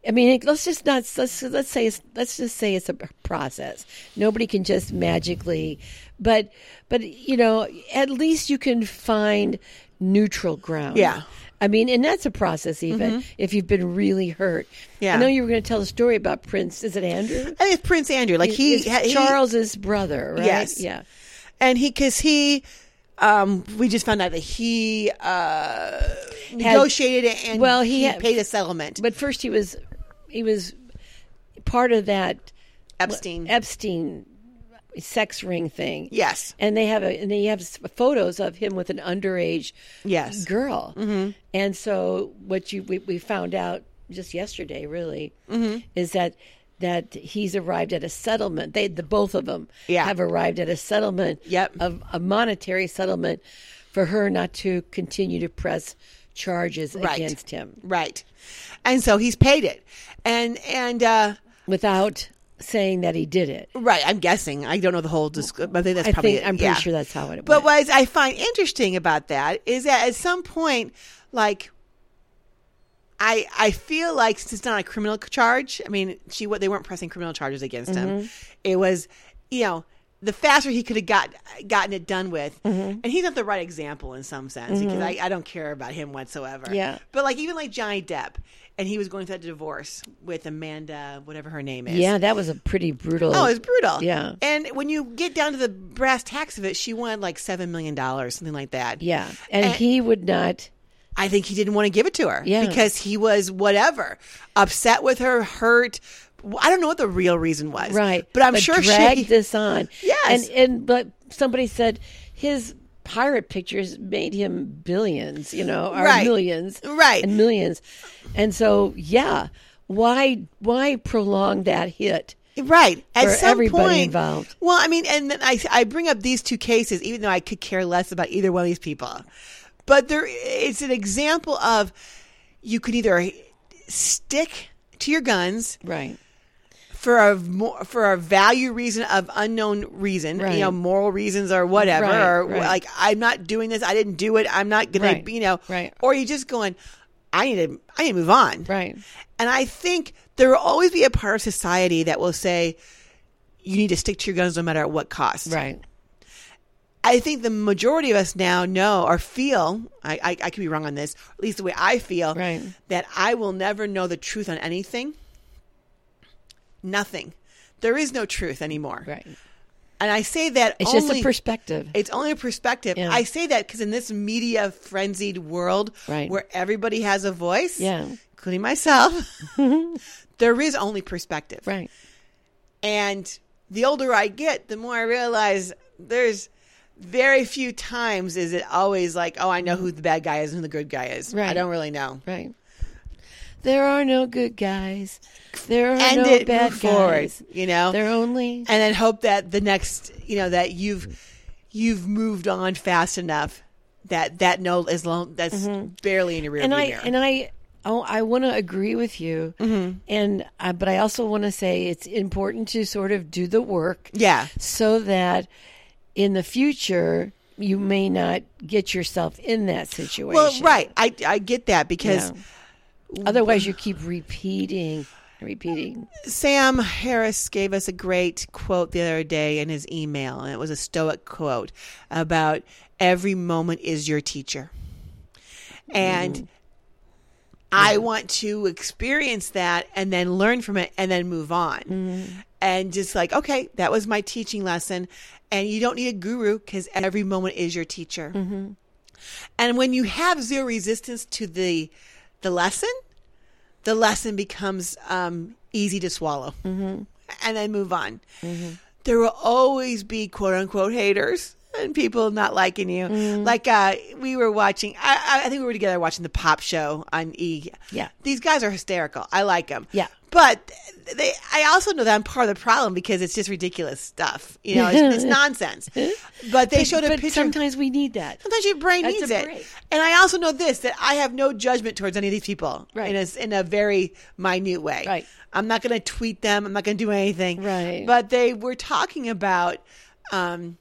B: I mean, let's just not let's let's say it's, let's just say it's a process. Nobody can just magically, but but you know, at least you can find neutral ground.
A: Yeah. Mm-hmm.
B: I mean, and that's a process. Even if you've been really hurt,
A: Yeah.
B: I know you were going to tell a story about Prince. Is it Andrew?
A: I think it's Prince Andrew. Like he,
B: It's
A: had- he
B: Charles's brother, right?
A: Yes.
B: Yeah.
A: and he because he um we just found out that he uh negotiated it and
B: well, he had-
A: paid a settlement
B: But first, he was he was part of that
A: epstein
B: Epstein sex ring thing.
A: yes
B: And they have a, and they have s- photos of him with an underage
A: Yes. Mm-hmm.
B: girl. And so what you we, we found out just yesterday really
A: Mm-hmm.
B: is that that he's arrived at a settlement. They the both of them
A: Yeah.
B: have arrived at a settlement
A: Yep.
B: of a monetary settlement for her not to continue to press charges
A: Right.
B: against him
A: Right. And so he's paid it. And and uh
B: without saying that he did it.
A: right, I'm guessing. I don't know the whole disc- I think that's
B: I
A: probably
B: think
A: it.
B: I'm pretty
A: Yeah.
B: sure that's how it.
A: But
B: went.
A: what is- I find interesting about that is that at some point like I I feel like since it's not a criminal charge, I mean, she what they weren't pressing criminal charges against him.
B: Mm-hmm.
A: It was, you know, the faster he could have got gotten it done with,
B: Mm-hmm.
A: and he's not the right example in some sense because I, I don't care about him whatsoever.
B: Yeah.
A: but like even like Johnny Depp, and he was going through that divorce with Amanda, whatever her name is.
B: yeah, that was a pretty brutal.
A: Oh, it's brutal.
B: Yeah.
A: And when you get down to the brass tacks of it, she wanted like $7 million, something like that.
B: yeah, and,
A: and-
B: he would not.
A: I think he didn't want to give it to her
B: Yeah.
A: because he was whatever, upset with her, hurt. I don't know what the real reason was.
B: Right,
A: But I'm sure
B: dragged
A: she.
B: this on.
A: Yes.
B: and and but somebody said his pirate pictures made him billions, you know, or
A: Right.
B: millions,
A: Right.
B: and millions, and so yeah, why why prolong that hit?
A: Right. At
B: For
A: some
B: everybody
A: point.
B: involved.
A: Well, I mean, and then I, I bring up these two cases, even though I could care less about either one of these people. But there, it's an example of you could either stick to your guns
B: Right,
A: for a more, for a value reason of unknown reason,
B: Right.
A: you know, moral reasons or whatever,
B: Right,
A: or
B: right.
A: like I'm not doing this, I didn't do it, I'm not gonna,
B: Right,
A: you know,
B: right.
A: or you just going, I need to, I need to move on,
B: right,
A: and I think there will always be a part of society that will say you need to stick to your guns no matter at what cost,
B: right.
A: I think the majority of us now know or feel, I, I, I could be wrong on this, at least the way I feel,
B: Right.
A: that I will never know the truth on anything. Nothing. There is no truth anymore.
B: Right.
A: And I say that
B: It's
A: only,
B: just a perspective.
A: It's only a perspective.
B: Yeah.
A: I say that because in this media frenzied world
B: Right.
A: where everybody has a voice,
B: Yeah.
A: including myself, there is only perspective.
B: right.
A: And the older I get, the more I realize there's very few times is it always like, oh, I know who the bad guy is and who the good guy is. I
B: Right.
A: don't really know.
B: Right. There are no good guys. There are
A: End
B: no
A: it,
B: bad
A: move forward,
B: guys.
A: you know,
B: They're only
A: and then hope that the next, you know, that you've you've moved on fast enough that that no is long that's barely in your rearview
B: Mm-hmm. and I
A: mirror.
B: and I oh I want to agree with you,
A: Mm-hmm.
B: and I, but I also want to say it's important to sort of do the work
A: yeah,
B: so that in the future you may not get yourself in that situation.
A: well, right. I I get that because
B: Yeah. Otherwise, you keep repeating, repeating.
A: Sam Harris gave us a great quote the other day in his email, and it was a Stoic quote about every moment is your teacher. And I want to experience that and then learn from it and then move on. And just like, okay, that was my teaching lesson. And you don't need a guru because every moment is your teacher. And when you have zero resistance to the the lesson, the lesson becomes um, easy to swallow, mm-hmm. and then move on.
B: Mm-hmm.
A: There will always be quote unquote haters and people not liking you.
B: Mm-hmm.
A: Like uh, we were watching, I, I- I think we were together watching the pop show on E.
B: Yeah.
A: these guys are hysterical. I like them.
B: Yeah.
A: But they, I also know that I'm part of the problem because it's just ridiculous stuff. You know, it's, it's nonsense. But they showed a
B: but
A: picture.
B: sometimes we need that.
A: Sometimes your brain
B: That's
A: needs
B: a
A: it.
B: break.
A: And I also know this that I have no judgment towards any of these people
B: Right.
A: in, a, s- in a very minute way.
B: Right.
A: I'm not going to tweet them. I'm not going to do anything.
B: Right.
A: But they were talking about um,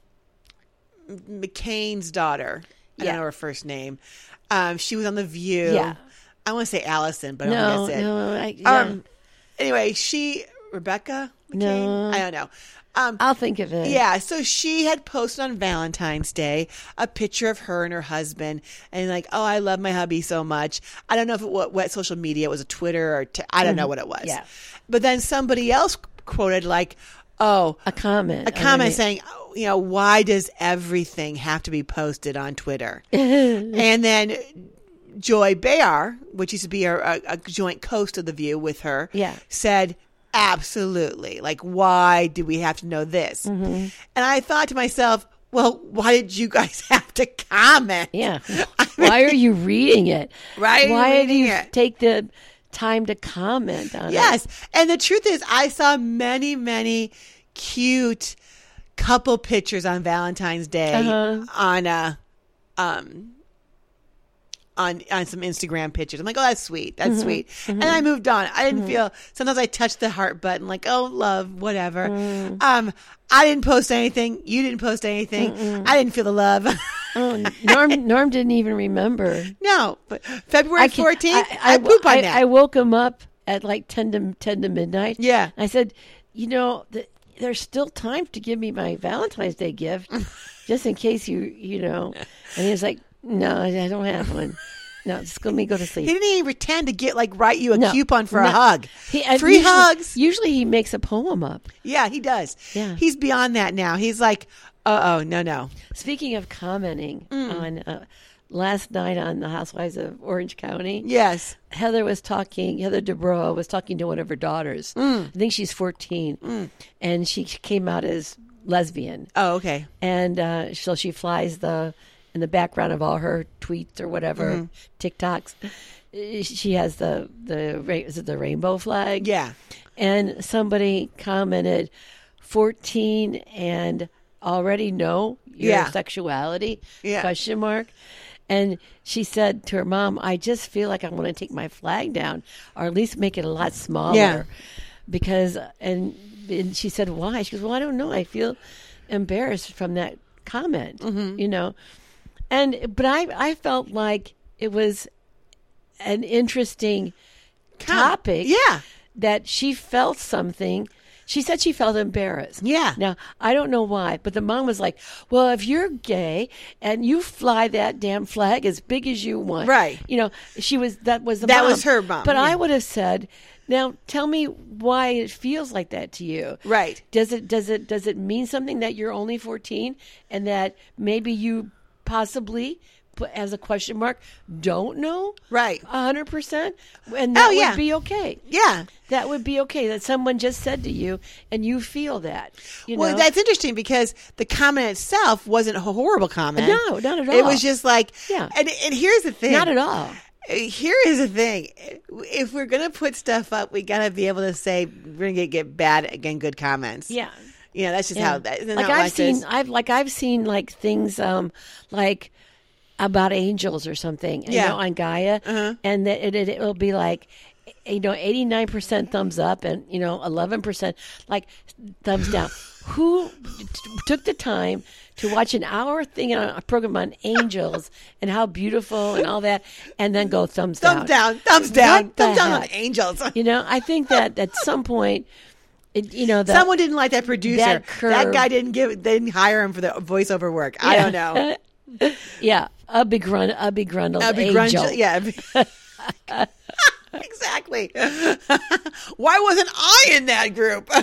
A: McCain's daughter. I
B: Yeah.
A: don't know her first name. Um, she was on The View.
B: Yeah.
A: I want to say Allison, but I don't
B: No,
A: think that's it.
B: no, I, yeah.
A: Um, Anyway, she, Rebecca McCain?
B: No.
A: I don't know. Um,
B: I'll think of it.
A: yeah, so she had posted on Valentine's Day a picture of her and her husband, and like, oh, I love my hubby so much. I don't know if it what, what social media it was a Twitter or t- I don't know what it was.
B: Yeah.
A: But then somebody else quoted like, oh,
B: a comment.
A: a comment saying, oh, you know, why does everything have to be posted on Twitter? and then Joy Bayar, which used to be a, a, a joint host of The View with her,
B: Yeah.
A: said, absolutely. Like, why do we have to know this?
B: Mm-hmm.
A: And I thought to myself, well, why did you guys have to comment?
B: Yeah. Why are you reading it?
A: Why are you
B: Why do
A: reading
B: you
A: it?
B: take the time to comment on it?
A: Yes. And the truth is, I saw many, many cute couple pictures on Valentine's Day
B: Uh-huh.
A: on uh, um, on on some Instagram pictures. I'm like, oh, that's sweet, that's sweet, and I moved on. I didn't feel. Sometimes I touched the heart button, like, oh, love, whatever. Um, I didn't post anything. You didn't post anything. I didn't feel the love.
B: Oh, Norm Norm didn't even remember.
A: no, but February
B: can-
A: 14th, I, poop on
B: I,
A: that.
B: I woke him up at like 10 to, 10 to midnight.
A: Yeah.
B: I said, you know, th- there's still time to give me my Valentine's Day gift just in case you, you know. And he was like, no, I I don't have one. No, just let me go to
A: he
B: sleep.
A: didn't even pretend to get like write you a
B: No,
A: coupon for a
B: no.
A: hug.
B: He, and
A: Free
B: usually-
A: hugs.
B: Usually he makes a poem up.
A: Yeah, he does.
B: Yeah.
A: He's beyond that now. He's like, uh oh, no, no.
B: Speaking of commenting on uh, last night on the Housewives of Orange County.
A: Yes.
B: Heather was talking, Heather Dubrow was talking to one of her daughters. I think she's 14. And she came out as lesbian.
A: Oh, okay.
B: And uh, so she flies the in the background of all her tweets or whatever, TikToks. eh, She has the the ra- is it the rainbow flag?
A: Yeah.
B: And somebody commented 14 and already know your
A: Yeah.
B: sexuality
A: Yeah.
B: question mark and she said to her mom i just feel like i want to take my flag down or at least make it a lot smaller
A: Yeah.
B: because and, and she said why she goes well i don't know i feel embarrassed from that comment
A: Mm-hmm.
B: you know and but i i felt like it was an interesting topic
A: Yeah.
B: that she felt something. She said she felt embarrassed.
A: Yeah.
B: Now, I don't know why, but the mom was like, Well, if you're gay and you fly that damn flag as big as you want.
A: Right.
B: You know, she was, that was the
A: That
B: mom.
A: was her mom,
B: But
A: yeah.
B: I would have said, Now tell me why it feels like that to you.
A: Right.
B: Does it, does it, does it mean something that you're only 14 and that maybe you possibly, put as a question mark, don't know?
A: Right.
B: Uh, 100%. And that
A: Oh, yeah.
B: would be okay.
A: Yeah.
B: That would be okay. That someone just said to you, and you feel that. You
A: Well,
B: know,
A: that's interesting because the comment itself wasn't a horrible comment.
B: No, not at
A: It
B: all.
A: was just like,
B: Yeah.
A: And, and here's the thing. Uh,
B: not at all.
A: Here is the thing. If we're going to put stuff up, we got to be able to say, we're going to get bad again, good comments.
B: Yeah.
A: You know, that's just
B: Yeah.
A: how that, isn't
B: like
A: that
B: I've
A: life
B: seen,
A: is?
B: I've like I've seen like things, um, like about angels or something. You
A: Yeah. Uh-huh.
B: know, on Gaia, and that it, it it'll be like. You know, eighty nine percent thumbs up, and you know, eleven percent like thumbs down. Who t- took the time to watch an hour thing on a program on angels and how beautiful and all that, and then go thumbs down?
A: Thumbs down, thumbs down,
B: What the
A: thumbs down on
B: heck?
A: angels.
B: You know, I think that at some point, it, you know, the,
A: Someone didn't like that producer.
B: that
A: That,
B: curve-
A: guy didn't give. They didn't hire him for the voiceover work. I don't know.
B: yeah, a begrun, a begrundled
A: A big grunge-
B: angel.
A: Yeah. exactly. Why wasn't I in that group?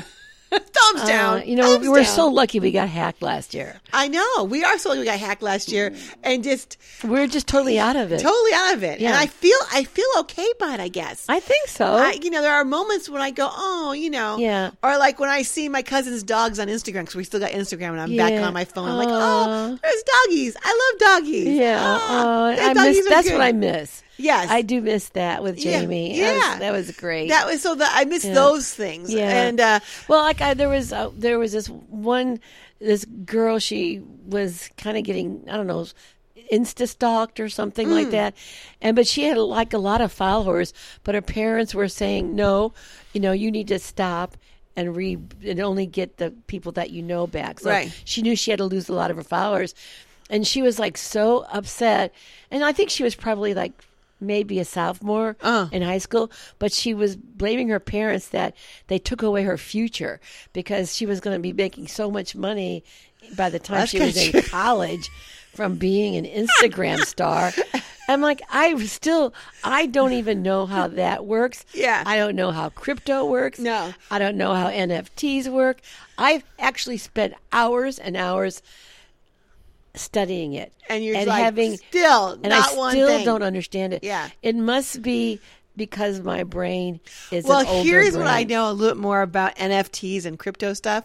A: Thumbs down.
B: Uh, you know,
A: thumbs
B: we were
A: down.
B: so lucky we got hacked last year.
A: I know we are so. lucky We got hacked last year, and just
B: We We're just totally out of it.
A: totally out of it. And
B: Yeah.
A: I feel, I feel okay about it. I guess.
B: I think so.
A: I, you know, there are moments when I go, oh, you know,
B: Oh. Yeah.
A: or like when I see my cousin's dogs on Instagram because we still got Instagram, and I'm back
B: Yeah.
A: on my phone. I'm like,
B: Aw.
A: oh, there's doggies. I love doggies.
B: yeah,
A: Ah,
B: uh,
A: their
B: I miss.
A: doggies are
B: That's
A: good."
B: what I miss.
A: Yes.
B: I do miss that with
A: Yeah,
B: Jamie.
A: Yeah,
B: That was, that was great.
A: That was so that I miss those things.
B: Yeah.
A: and uh,
B: Well, like I, there was uh, there was this one this girl she was kind of getting I don't know insta stalked or something like that, and but she had like a lot of followers, but her parents were saying no, you know you need to stop. And re and only get the people that you know back. So
A: Right.
B: she knew she had to lose a lot of her followers, and she was like so upset. And I think she was probably like maybe a sophomore
A: Uh.
B: in high school, but she was blaming her parents that they took away her future because she was going to be making so much money by the time
A: That's
B: she was in
A: good.
B: college from being an Instagram star. I'm like, I still, I don't even know how that works.
A: Yeah.
B: I don't know how crypto works.
A: No.
B: I don't know how NFTs work. I've actually spent hours and hours studying it
A: and you're like still
B: and
A: not
B: I
A: one
B: still
A: thing.
B: don't understand it.
A: Yeah.
B: it must be because my brain is
A: well,
B: An older
A: here's what I
B: brain.
A: know a little more about NFTs and crypto stuff.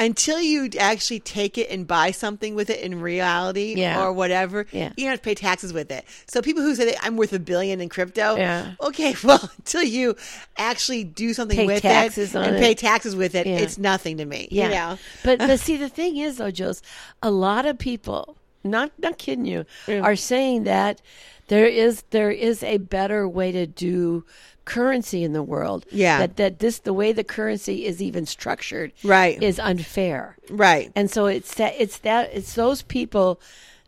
A: Until you actually take it and buy something with it in reality
B: Yeah.
A: or whatever,
B: Yeah.
A: you don't have to pay taxes with it. So people who say that I'm worth a billion in crypto,
B: Yeah.
A: okay, well, until you actually do something
B: Pay
A: with
B: taxes
A: it
B: on
A: and
B: it.
A: pay taxes with it,
B: Yeah.
A: it's nothing to me.
B: Yeah,
A: You know?
B: but but see, the thing is though, Jules, a lot of people not not kidding you, are saying that there is there is a better way to do currency in the world.
A: Yeah.
B: That that this the way the currency is even structured
A: Right.
B: is unfair.
A: Right.
B: And so it's that it's that it's those people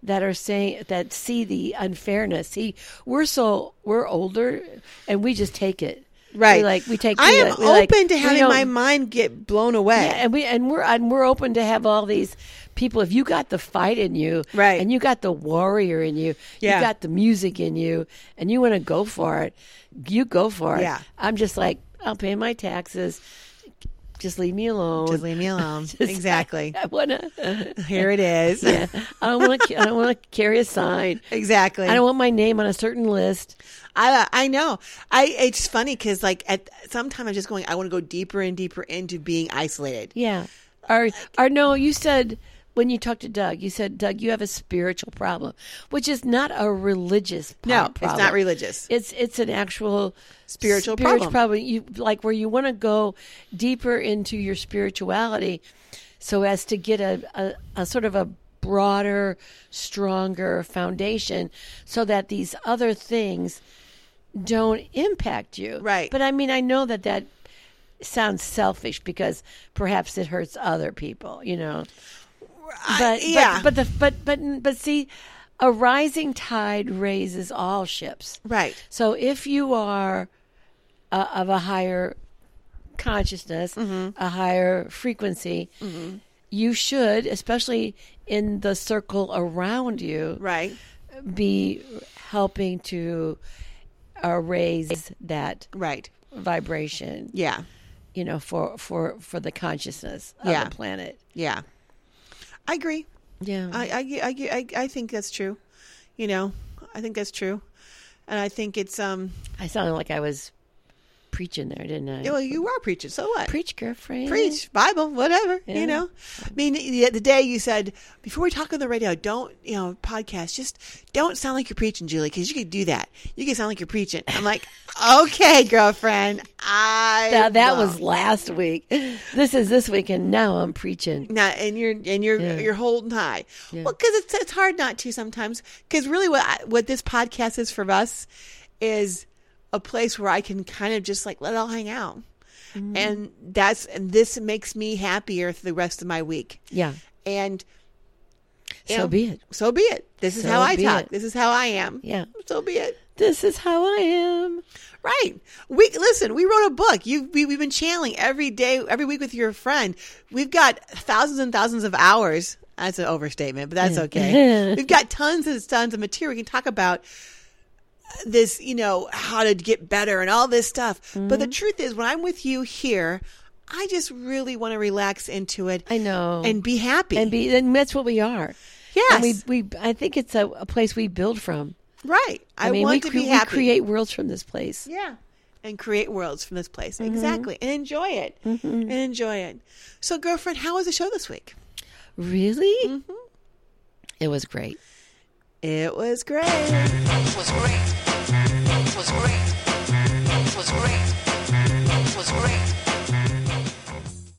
B: that are saying that see the unfairness. See, we're so we're older and we just take it.
A: Right.
B: We like we take.
A: I
B: we
A: am
B: like- we
A: open
B: like-
A: to
B: we
A: having
B: don't-
A: my mind get blown away.
B: yeah, and we and we're and we're open to have all these people. If you got the fight in you,
A: Right.
B: and you got the warrior in you,
A: Yeah.
B: you got the music in you, and you want to go for it, you go for it.
A: Yeah.
B: I'm just like I'll pay my taxes. Just leave me alone.
A: Just leave me alone. exactly.
B: I wanna.
A: Here it is.
B: Yeah. I don't want to. I don't want to carry a sign.
A: Exactly.
B: I don't want my name on a certain list.
A: I I know. I it's funny because like at sometime I'm just going. I want to go deeper and deeper into being isolated.
B: Yeah. Or or no, you said when you talked to Doug, you said Doug, you have a spiritual problem, which is not a religious po-
A: No,
B: problem.
A: it's not religious.
B: It's it's an actual
A: Spiritual problem.
B: You like where you want to go deeper into your spirituality, so as to get a, a, a sort of a broader, stronger foundation, so that these other things don't impact you.
A: Right.
B: But I mean, I know that that sounds selfish because perhaps it hurts other people. You know but
A: yeah.
B: but, but the but but but see, a rising tide raises all ships.
A: right.
B: So if you are uh, of a higher consciousness,
A: Mm-hmm.
B: a higher frequency, you should, especially in the circle around you,
A: Right.
B: be helping to uh, raise that
A: Right.
B: vibration.
A: Yeah.
B: You know, for for for the consciousness of
A: Yeah.
B: the planet.
A: Yeah. I agree.
B: Yeah.
A: I, I, I, I, I think that's true. You know, I think that's true. And I think it's, um,
B: I sounded like I was preaching there, didn't I?
A: well, you are preaching. So what?
B: Preach, girlfriend.
A: Preach, Bible, whatever,
B: Yeah.
A: you know. I mean, the, the day you said, before we talk on the radio, don't, you know, podcast, just don't sound like you're preaching, Julie, because you could do that. You could sound like you're preaching. I'm like, okay, girlfriend. I.
B: Now, that
A: won't."
B: was last week. This is this week, and now I'm preaching.
A: Now, and you're and you're you're holding high. Well, 'cause Well, because it's it's hard not to sometimes. Because really, what I, what this podcast is for us is a place where I can kind of just like let it all hang out,
B: Mm-hmm.
A: and that's and this makes me happier for the rest of my week.
B: Yeah.
A: And
B: So
A: Yeah.
B: be it.
A: so be it. This is
B: So
A: how I
B: be
A: talk.
B: it.
A: This is how I am.
B: Yeah.
A: So be it.
B: This is how I am.
A: Right. We listen. We wrote a book. You we, we've been channeling every day, every week with your friend. We've got thousands and thousands of hours. That's an overstatement, but that's okay. we've got tons and tons of material we can talk about. This, you know, how to get better and all this stuff. But
B: Mm-hmm.
A: the truth is, when I'm with you here, I just really want to relax into it.
B: I know.
A: and be happy.
B: and be and that's what we are.
A: yes,
B: And we we I think it's a, a place we build from.
A: right. I,
B: mean,
A: want
B: we,
A: to
B: cre-
A: be
B: we
A: happy.
B: create worlds from this place.
A: Yeah. And create worlds from this place.
B: Mm-hmm.
A: Exactly. And enjoy it. And enjoy it. So, girlfriend, how was the show this week?
B: Really? It was great.
A: It was great.
C: was great. Was great.